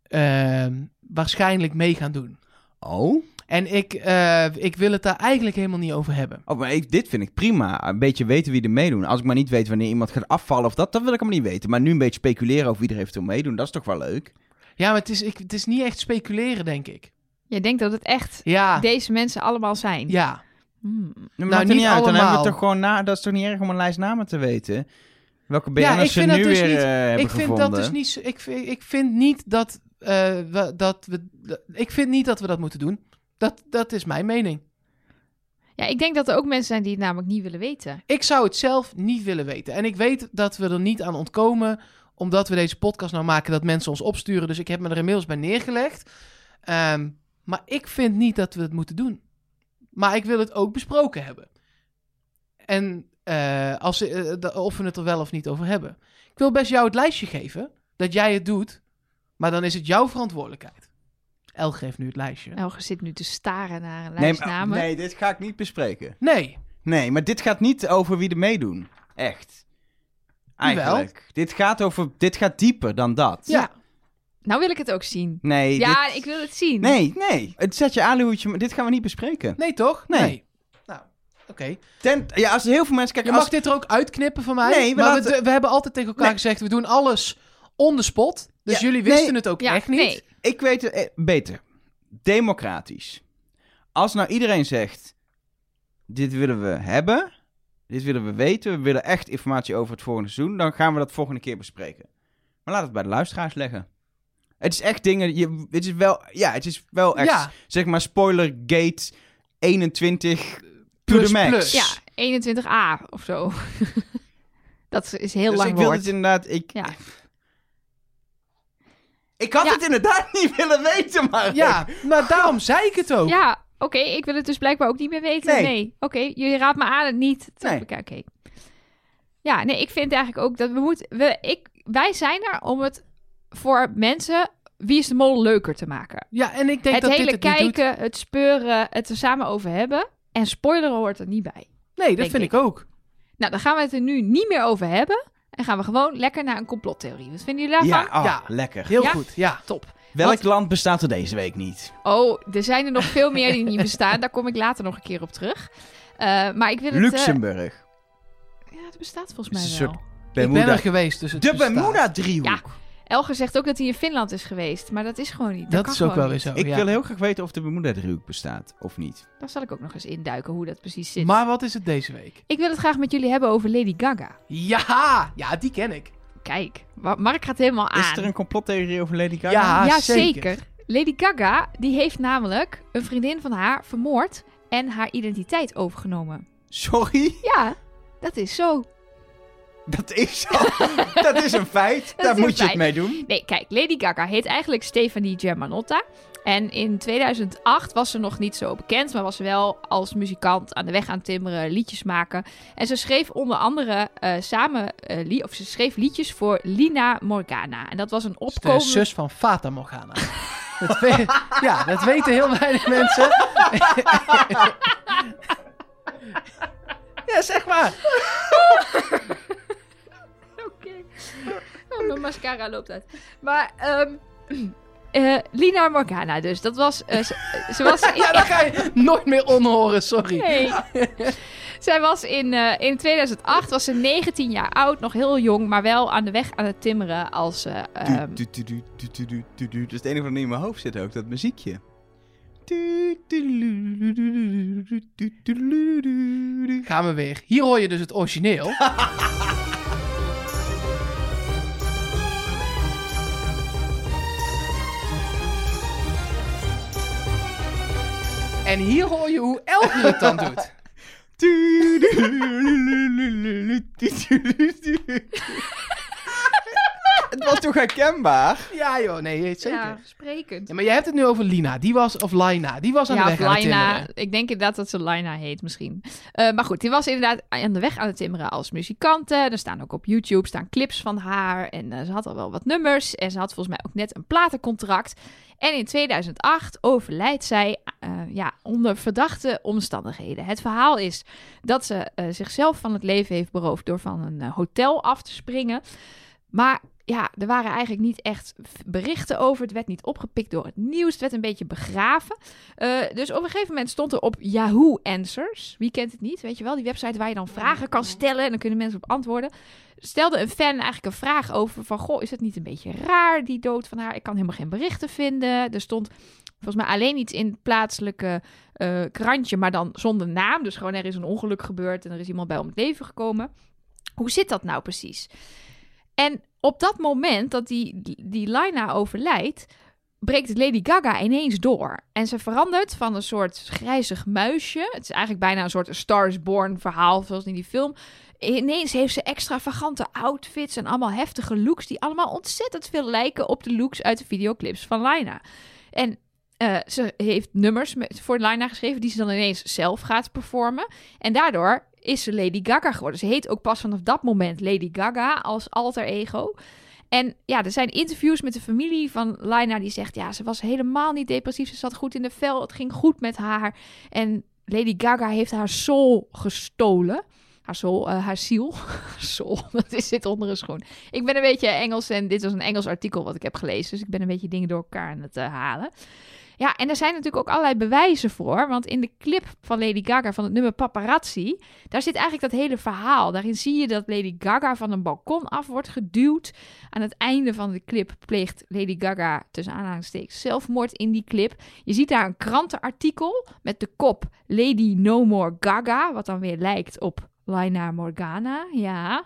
D: ehm, waarschijnlijk mee gaan doen.
B: Oh.
D: En ik, eh, ik wil het daar eigenlijk helemaal niet over hebben.
B: oh maar ik- dit vind ik prima. Een beetje weten wie er meedoen. Als ik maar niet weet wanneer iemand gaat afvallen of dat, dat wil ik hem niet weten. Maar nu een beetje speculeren over wie er eventueel meedoen, dat is toch wel leuk?
D: Ja, maar het is, ik, het is niet echt speculeren, denk ik.
C: Je denkt dat het echt
D: Ja,
C: deze mensen allemaal zijn.
D: ja.
C: Hmm.
B: Nee, maar
D: Nou,
B: maakt er
D: niet
B: uit. Dan hebben
D: allemaal.
B: we toch gewoon na... Dat is toch niet erg om een lijst namen te weten? Welke
D: Ja,
B: BN'ers
D: ik
B: ze
D: vind
B: nu
D: dat dus
B: weer
D: niet-
B: eh, hebben
D: Ik vind,
B: gevonden?
D: dat dus niet, zo- ik, vind, ik vind niet dat, eh, we, dat we... dat- Ik vind niet dat we dat moeten doen. Dat, dat is mijn mening.
C: Ja, ik denk dat er ook mensen zijn die het namelijk niet willen weten.
D: Ik zou het zelf niet willen weten. En ik weet dat we er niet aan ontkomen, omdat we deze podcast nou maken, dat mensen ons opsturen. Dus ik heb me er inmiddels bij neergelegd. Ehm, maar ik vind niet dat we het moeten doen. Maar ik wil het ook besproken hebben. En eh, als, eh, de- of we het er wel of niet over hebben. Ik wil best jou het lijstje geven, dat jij het doet. Maar dan is het jouw verantwoordelijkheid. El geeft nu het lijstje.
C: Elge zit nu te staren naar een
B: Nee,
C: lijst
B: maar-
C: namen.
B: nee, dit ga ik niet bespreken.
D: Nee,
B: Nee, maar dit gaat niet over wie er meedoen. Echt. Eigenlijk. Dit gaat over... Dit gaat dieper dan dat.
D: Ja.
C: Nou wil ik het ook zien.
B: Nee,
C: ja,
B: dit-
C: ik wil het zien.
B: Nee, nee. Het zet je aluhoedje, maar dit gaan we niet bespreken.
D: nee toch?
B: Nee.
D: Nou, oké.
B: Ten, ja, als er heel veel mensen
D: Je
B: kijken...
D: mag
B: als-
D: dit er ook uitknippen van mij.
B: Nee, we
D: maar we,
B: laten-
D: we hebben altijd tegen elkaar
B: Nee.
D: gezegd: we doen alles on the spot. Dus
B: Ja,
D: jullie wisten
B: nee.
D: het ook
C: Ja,
D: echt niet.
C: nee.
B: Ik weet het eh, beter. Democratisch. Als nou iedereen zegt... Dit willen we hebben. Dit willen we weten. We willen echt informatie over het volgende seizoen. Dan gaan we dat volgende keer bespreken. Maar laat het bij de luisteraars leggen. Het is echt dingen... Je, het is wel... Ja, het is wel echt...
D: Ja.
B: Zeg maar spoilergate 21 to
D: Plus,
B: the max.
D: plus.
C: Ja, 21a of zo. dat is heel
B: dus
C: lang
B: ik wil
C: woord.
B: het inderdaad... Ik,
C: Ja.
B: ik had
C: Ja.
B: het inderdaad niet willen weten, maar...
D: Ja, maar daarom zei ik het ook.
C: Ja, oké, ik wil het dus blijkbaar ook niet meer weten.
B: Nee.
C: Nee. Oké, jullie raadt me aan het niet te
B: Nee.
C: bekijken. Oké. Ja, nee, ik vind eigenlijk ook dat we moeten... We, ik, wij zijn er om het voor mensen... Wie is de mol leuker te maken.
D: Ja, en ik denk
C: het
D: dat
C: hele
D: dit het niet doet.
C: kijken, het speuren, het er samen over hebben. En spoileren hoort er niet bij.
D: Nee, dat
C: denk
D: vind ik
C: ik.
D: ook.
C: Nou, dan gaan we het er nu niet meer over hebben. En gaan we gewoon lekker naar een complottheorie. Wat vinden jullie daarvan?
B: Ja, ah,
D: Ja.
B: lekker.
D: Heel
C: Ja.
D: goed. Ja.
C: Top.
B: Welk
C: Wat-
B: land bestaat er deze week niet?
C: Oh, er zijn er nog veel meer die niet bestaan. Daar kom ik later nog een keer op terug. Eh, maar ik wil het... eh,
B: Luxemburg.
C: ja, het bestaat volgens
B: Het is
C: mij
B: een
C: wel.
B: soort
D: Ik ben
B: Bermuda.
D: er geweest, dus het
B: De
D: bestaat.
B: Bermuda-driehoek.
C: Elger zegt ook dat hij in Finland is geweest. Maar dat is gewoon niet.
D: Dat
C: kan
D: is ook
C: gewoon
D: wel weer
C: niet.
D: zo.
B: ik
D: ja.
B: wil heel graag weten of de Bermuda-driehoek bestaat of niet.
C: Daar zal ik ook nog eens induiken hoe dat precies zit.
D: Maar wat is het deze week?
C: Ik wil het graag met jullie hebben over Lady Gaga.
D: Ja, ja, die ken ik.
C: Kijk, Wa- Mark gaat helemaal aan.
B: Is er een complottheorie over Lady Gaga?
D: Ja.
C: Ja,
D: zeker.
C: zeker. Lady Gaga die heeft namelijk een vriendin van haar vermoord en haar identiteit overgenomen.
B: Sorry,
C: Ja, dat is zo.
B: dat is zo. dat is een feit.
C: Dat
B: Daar
C: is
B: moet je het
C: een feit.
B: mee doen.
C: Nee, kijk, Lady Gaga heet eigenlijk Stefanie Germanotta. En in 2008 was ze nog niet zo bekend, maar was ze wel als muzikant aan de weg aan het timmeren, liedjes maken. En ze schreef onder andere eh, samen, eh, li- of ze schreef liedjes voor Lina Morgana. En dat was een
D: Is De
C: opkomende...
D: zus van Fata Morgana. dat we- ja, dat weten heel weinig mensen. ja, zeg maar.
C: Oké. Oh, mijn mascara loopt uit. Maar, ehm, eh, Lina Morgana dus. Dat was... eh, ze, ze was in-
D: Ja, dat ga je nooit meer onhoren, sorry.
C: Nee. Zij was in, eh, in 2008 was ze 19 jaar oud, nog heel jong, maar wel aan de weg aan het timmeren als. eh, ehm,
B: Du- du- du- du- du- du- du- du. Dat is het enige wat nu in mijn hoofd zit ook, dat muziekje. Du- du- du- du- du- du- du- du- du- du- du.
D: Gaan we weer. Hier hoor je dus het origineel. En hier hoor je hoe Elger het dan doet.
B: Het was toch herkenbaar?
D: Ja joh, nee, het zeker.
C: Ja, sprekend.
D: Ja, maar jij hebt het nu over Lina, die was, of Lina, die was aan
C: Ja,
D: de
C: of
D: weg aan het
C: Laina.
D: timmeren.
C: Ik denk inderdaad dat ze Laina heet misschien. Eh, maar goed, die was inderdaad aan de weg aan het timmeren als muzikante. Er staan ook op YouTube staan clips van haar. En eh, ze had al wel wat nummers. En ze had volgens mij ook net een platencontract. En in 2008 overlijdt zij eh, ja, onder verdachte omstandigheden. Het verhaal is dat ze eh, zichzelf van het leven heeft beroofd door van een eh, hotel af te springen. Maar ja, er waren eigenlijk niet echt berichten over. Het werd niet opgepikt door het nieuws. Het werd een beetje begraven. Eh, dus op een gegeven moment stond er op Yahoo Answers. Wie kent het niet? Weet je wel, die website waar je dan vragen kan stellen en dan kunnen mensen op antwoorden. Stelde een fan eigenlijk een vraag over van goh, is het niet een beetje raar die dood van haar? Ik kan helemaal geen berichten vinden. Er stond volgens mij alleen iets in het plaatselijke eh, krantje, maar dan zonder naam. Dus gewoon er is een ongeluk gebeurd en er is iemand bij om het leven gekomen. Hoe zit dat nou precies? En op dat moment dat die, die, die Lina overlijdt, breekt Lady Gaga ineens door. En ze verandert van een soort grijzig muisje. Het is eigenlijk bijna een soort A Star is Born verhaal, zoals in die film. Ineens heeft ze extravagante outfits en allemaal heftige looks... die allemaal ontzettend veel lijken op de looks uit de videoclips van Lina. En eh, ze heeft nummers met, voor Lina geschreven... die ze dan ineens zelf gaat performen. En daardoor is ze Lady Gaga geworden. Ze heet ook pas vanaf dat moment Lady Gaga als alter ego... En ja, er zijn interviews met de familie van Lina die zegt... ja, ze was helemaal niet depressief. Ze zat goed in de vel. Het ging goed met haar. En Lady Gaga heeft haar soul gestolen. Haar soul, eh, haar ziel. soul, dat is dit onder een schoen. Ik ben een beetje Engels en dit was een Engels artikel wat ik heb gelezen. Dus ik ben een beetje dingen door elkaar aan het eh, halen. Ja, en er zijn natuurlijk ook allerlei bewijzen voor. Want in de clip van Lady Gaga van het nummer Paparazzi... daar zit eigenlijk dat hele verhaal. Daarin zie je dat Lady Gaga van een balkon af wordt geduwd... Aan het einde van de clip pleegt Lady Gaga tussen aanhalingstekens zelfmoord in die clip. Je ziet daar een krantenartikel met de kop Lady No More Gaga, wat dan weer lijkt op Lina Morgana. Ja.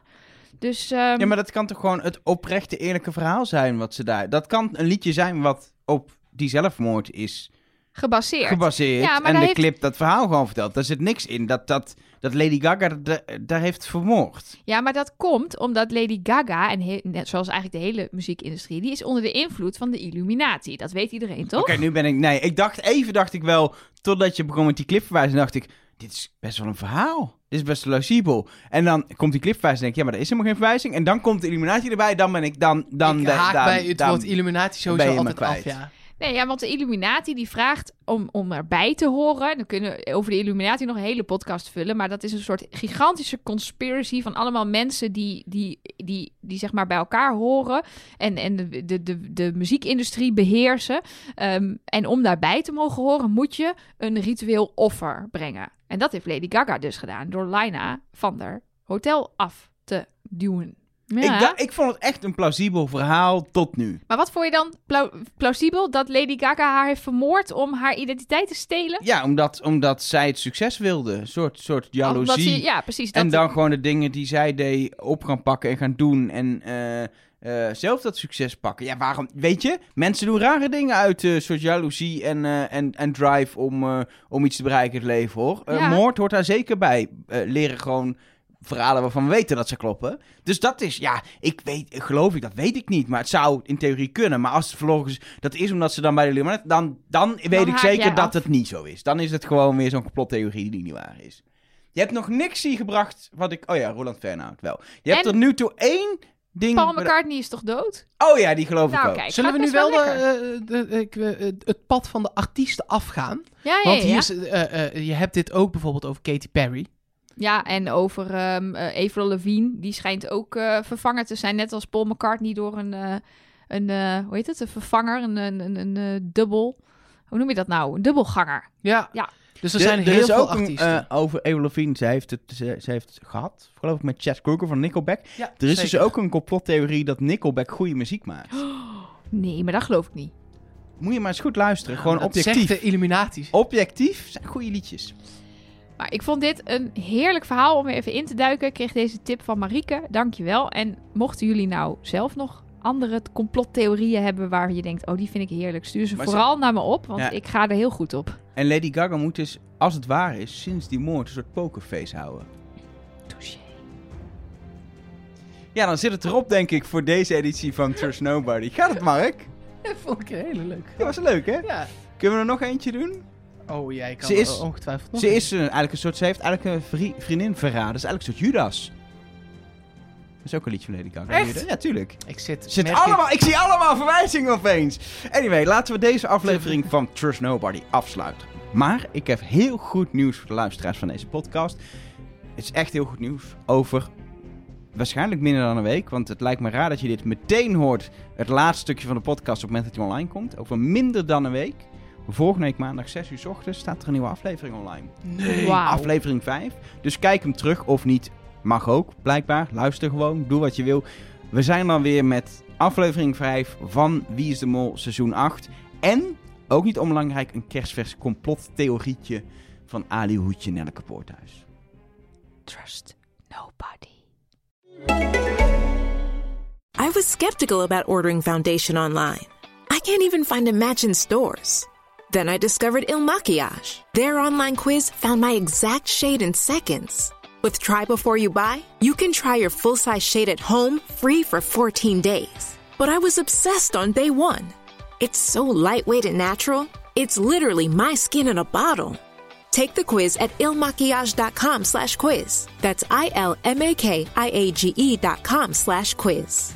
C: Dus ehm,
B: Ja, maar dat kan toch gewoon het oprechte, eerlijke verhaal zijn wat ze daar... Dat kan een liedje zijn wat op die zelfmoord is
C: gebaseerd.
B: gebaseerd.
C: Ja, maar
B: en de
C: daar heeft-
B: clip dat verhaal gewoon vertelt. Daar zit niks in dat, dat, dat Lady Gaga de- daar heeft vermoord.
C: Ja, maar dat komt omdat Lady Gaga, en he- net zoals eigenlijk de hele muziekindustrie, die is onder de invloed van de Illuminati. Dat weet iedereen toch?
B: Oké, nu ben ik... Nee, ik dacht even, dacht ik wel, totdat je begon met die clipverwijzing, dacht ik, dit is best wel een verhaal. Dit is best plausibel. En dan komt die clipverwijzing en denk ik, ja, maar er is helemaal geen verwijzing. En dan komt de illuminatie erbij, dan ben ik dan... dan
D: ik
B: de-
D: haak
B: dan,
D: bij het
B: dan-
D: woord Illuminati
B: ben
D: sowieso
B: je me
D: altijd af,
B: kwijt.
D: ja.
C: Nee, ja, want de Illuminati die vraagt om, om erbij te horen. Dan kunnen we over de Illuminati nog een hele podcast vullen. Maar dat is een soort gigantische conspiracy van allemaal mensen die, die, die, die zeg maar bij elkaar horen. En, en de, de, de, de muziekindustrie beheersen. Ehm, en om daarbij te mogen horen moet je een ritueel offer brengen. En dat heeft Lady Gaga dus gedaan door Lina van der hotel af te duwen. Ja.
B: Ik, dacht- ik vond het echt een plausibel verhaal tot nu.
C: Maar wat vond je dan plau- plausibel dat Lady Gaga haar heeft vermoord om haar identiteit te stelen?
B: Ja, omdat, omdat zij het succes wilde. Een soort, soort
C: Omdat
B: jaloezie.
C: ze- ja, precies. Dat
B: en dan gewoon de dingen die zij deed op gaan pakken en gaan doen. En eh, eh, zelf dat succes pakken. Ja, waarom? Weet je, mensen doen rare dingen uit eh soort jaloezie en, eh, en, en drive om, eh, om iets te bereiken in het leven hoor. Eh,
C: Ja.
B: Moord hoort daar zeker bij. Eh, leren gewoon verhalen waarvan we weten dat ze kloppen. Dus dat is, ja, ik weet, geloof ik, dat weet ik niet. Maar het zou in theorie kunnen. Maar als het vervolgens, dat is omdat ze dan bij de Illuminati, dan, dan weet ik
C: haak
B: zeker
C: jij
B: dat
C: af.
B: het niet zo is. Dan is het gewoon weer zo'n complottheorie die niet waar is. Je hebt nog niks hier gebracht wat ik, oh ja, Roland Fernhout wel. Je hebt
C: En-
B: tot nu toe één ding.
C: Paul
B: beda-
C: McCartney is toch dood?
B: Oh ja, die geloof ik
C: Nou,
B: ook.
C: kijk.
D: Zullen we
C: gaat
D: nu
C: best
D: wel
C: wel
D: de, eh, de- ik, eh, het pad van de artiesten afgaan?
C: Ja, ja,
D: Want
C: ja.
D: hier is, eh, eh, je hebt dit ook bijvoorbeeld over Katy Perry.
C: ja en over ehm eh, Avril Lavigne, die schijnt ook eh, vervangen te zijn, net als Paul McCartney, door een, eh, een eh, hoe heet het, een vervanger, een, een, een, een eh, dubbel, hoe noem je dat nou, een dubbelganger.
D: Ja.
C: Ja.
D: Dus er zijn heel
B: is
D: veel
B: ook een,
D: artiesten.
B: eh, over Avril Lavigne, zij heeft het, ze, ze heeft het gehad, geloof ik, met Chad Kroeger van Nickelback.
D: ja,
B: Er is dus
D: zeker.
B: ook een complottheorie dat Nickelback goede muziek maakt.
C: Nee, maar dat geloof ik niet.
B: Moet je maar eens goed luisteren, gewoon
D: Dat
B: objectief.
D: Zegt de Illuminati.
B: Objectief zijn goede liedjes.
C: Maar ik vond dit een heerlijk verhaal om er even in te duiken. Ik kreeg deze tip van Marieke. Dankjewel. En mochten jullie nou zelf nog andere complottheorieën hebben waar je denkt, oh die vind ik heerlijk, stuur ze
B: Maar ze-
C: vooral naar me op, want
B: Ja.
C: ik ga er heel goed op.
B: En Lady Gaga moet dus, als het waar is, sinds die moord een soort pokerface houden.
C: Touché.
B: Ja, dan zit het erop, denk ik, voor deze editie van Trust Nobody. Gaat het, Mark?
D: Dat vond ik een hele leuk.
B: Dat was leuk, hè?
D: Ja.
B: Kunnen we er nog eentje doen?
D: Oh, jij kan
B: Ze is-
D: o- ongetwijfeld nog
B: Ze,
D: een.
B: is eh, eigenlijk een soort, ze heeft eigenlijk een vri- vriendin verraden. Ze is eigenlijk een soort Judas. Dat is ook een liedje van Lady Gaga.
D: Echt?
B: Ja, tuurlijk.
D: Ik zit...
B: Zit
D: merk ik-
B: allemaal, ik... zie allemaal verwijzingen opeens. Anyway, laten we deze aflevering van Trust Nobody afsluiten. Maar ik heb heel goed nieuws voor de luisteraars van deze podcast. Het is echt heel goed nieuws over waarschijnlijk minder dan een week. Want het lijkt me raar dat je dit meteen hoort. Het laatste stukje van de podcast op het moment dat hij online komt. Over minder dan een week. Volgende week maandag 6 uur 's ochtends staat er een nieuwe aflevering online.
C: Wauw.
B: Aflevering 5. Dus kijk hem terug of niet. Mag ook, blijkbaar. Luister gewoon, doe wat je wil. We zijn dan weer met aflevering 5 van Wie is de Mol seizoen 8. En, ook niet onbelangrijk, een kerstvers complottheorietje van Ali Hoedje Nelke Poorthuis.
C: Trust nobody.
A: I was skeptical about ordering foundation online. I can't even find a match in stores. Then I discovered Il Maquillage. Their online quiz found my exact shade in seconds. With Try Before You Buy, you can try your full size shade at home free for 14 days. But I was obsessed on day one. It's so lightweight and natural, it's literally my skin in a bottle. Take the quiz at ilmakiage.com E slash quiz. That's I-L-M-A-K-I-A-G-E dot com slash quiz.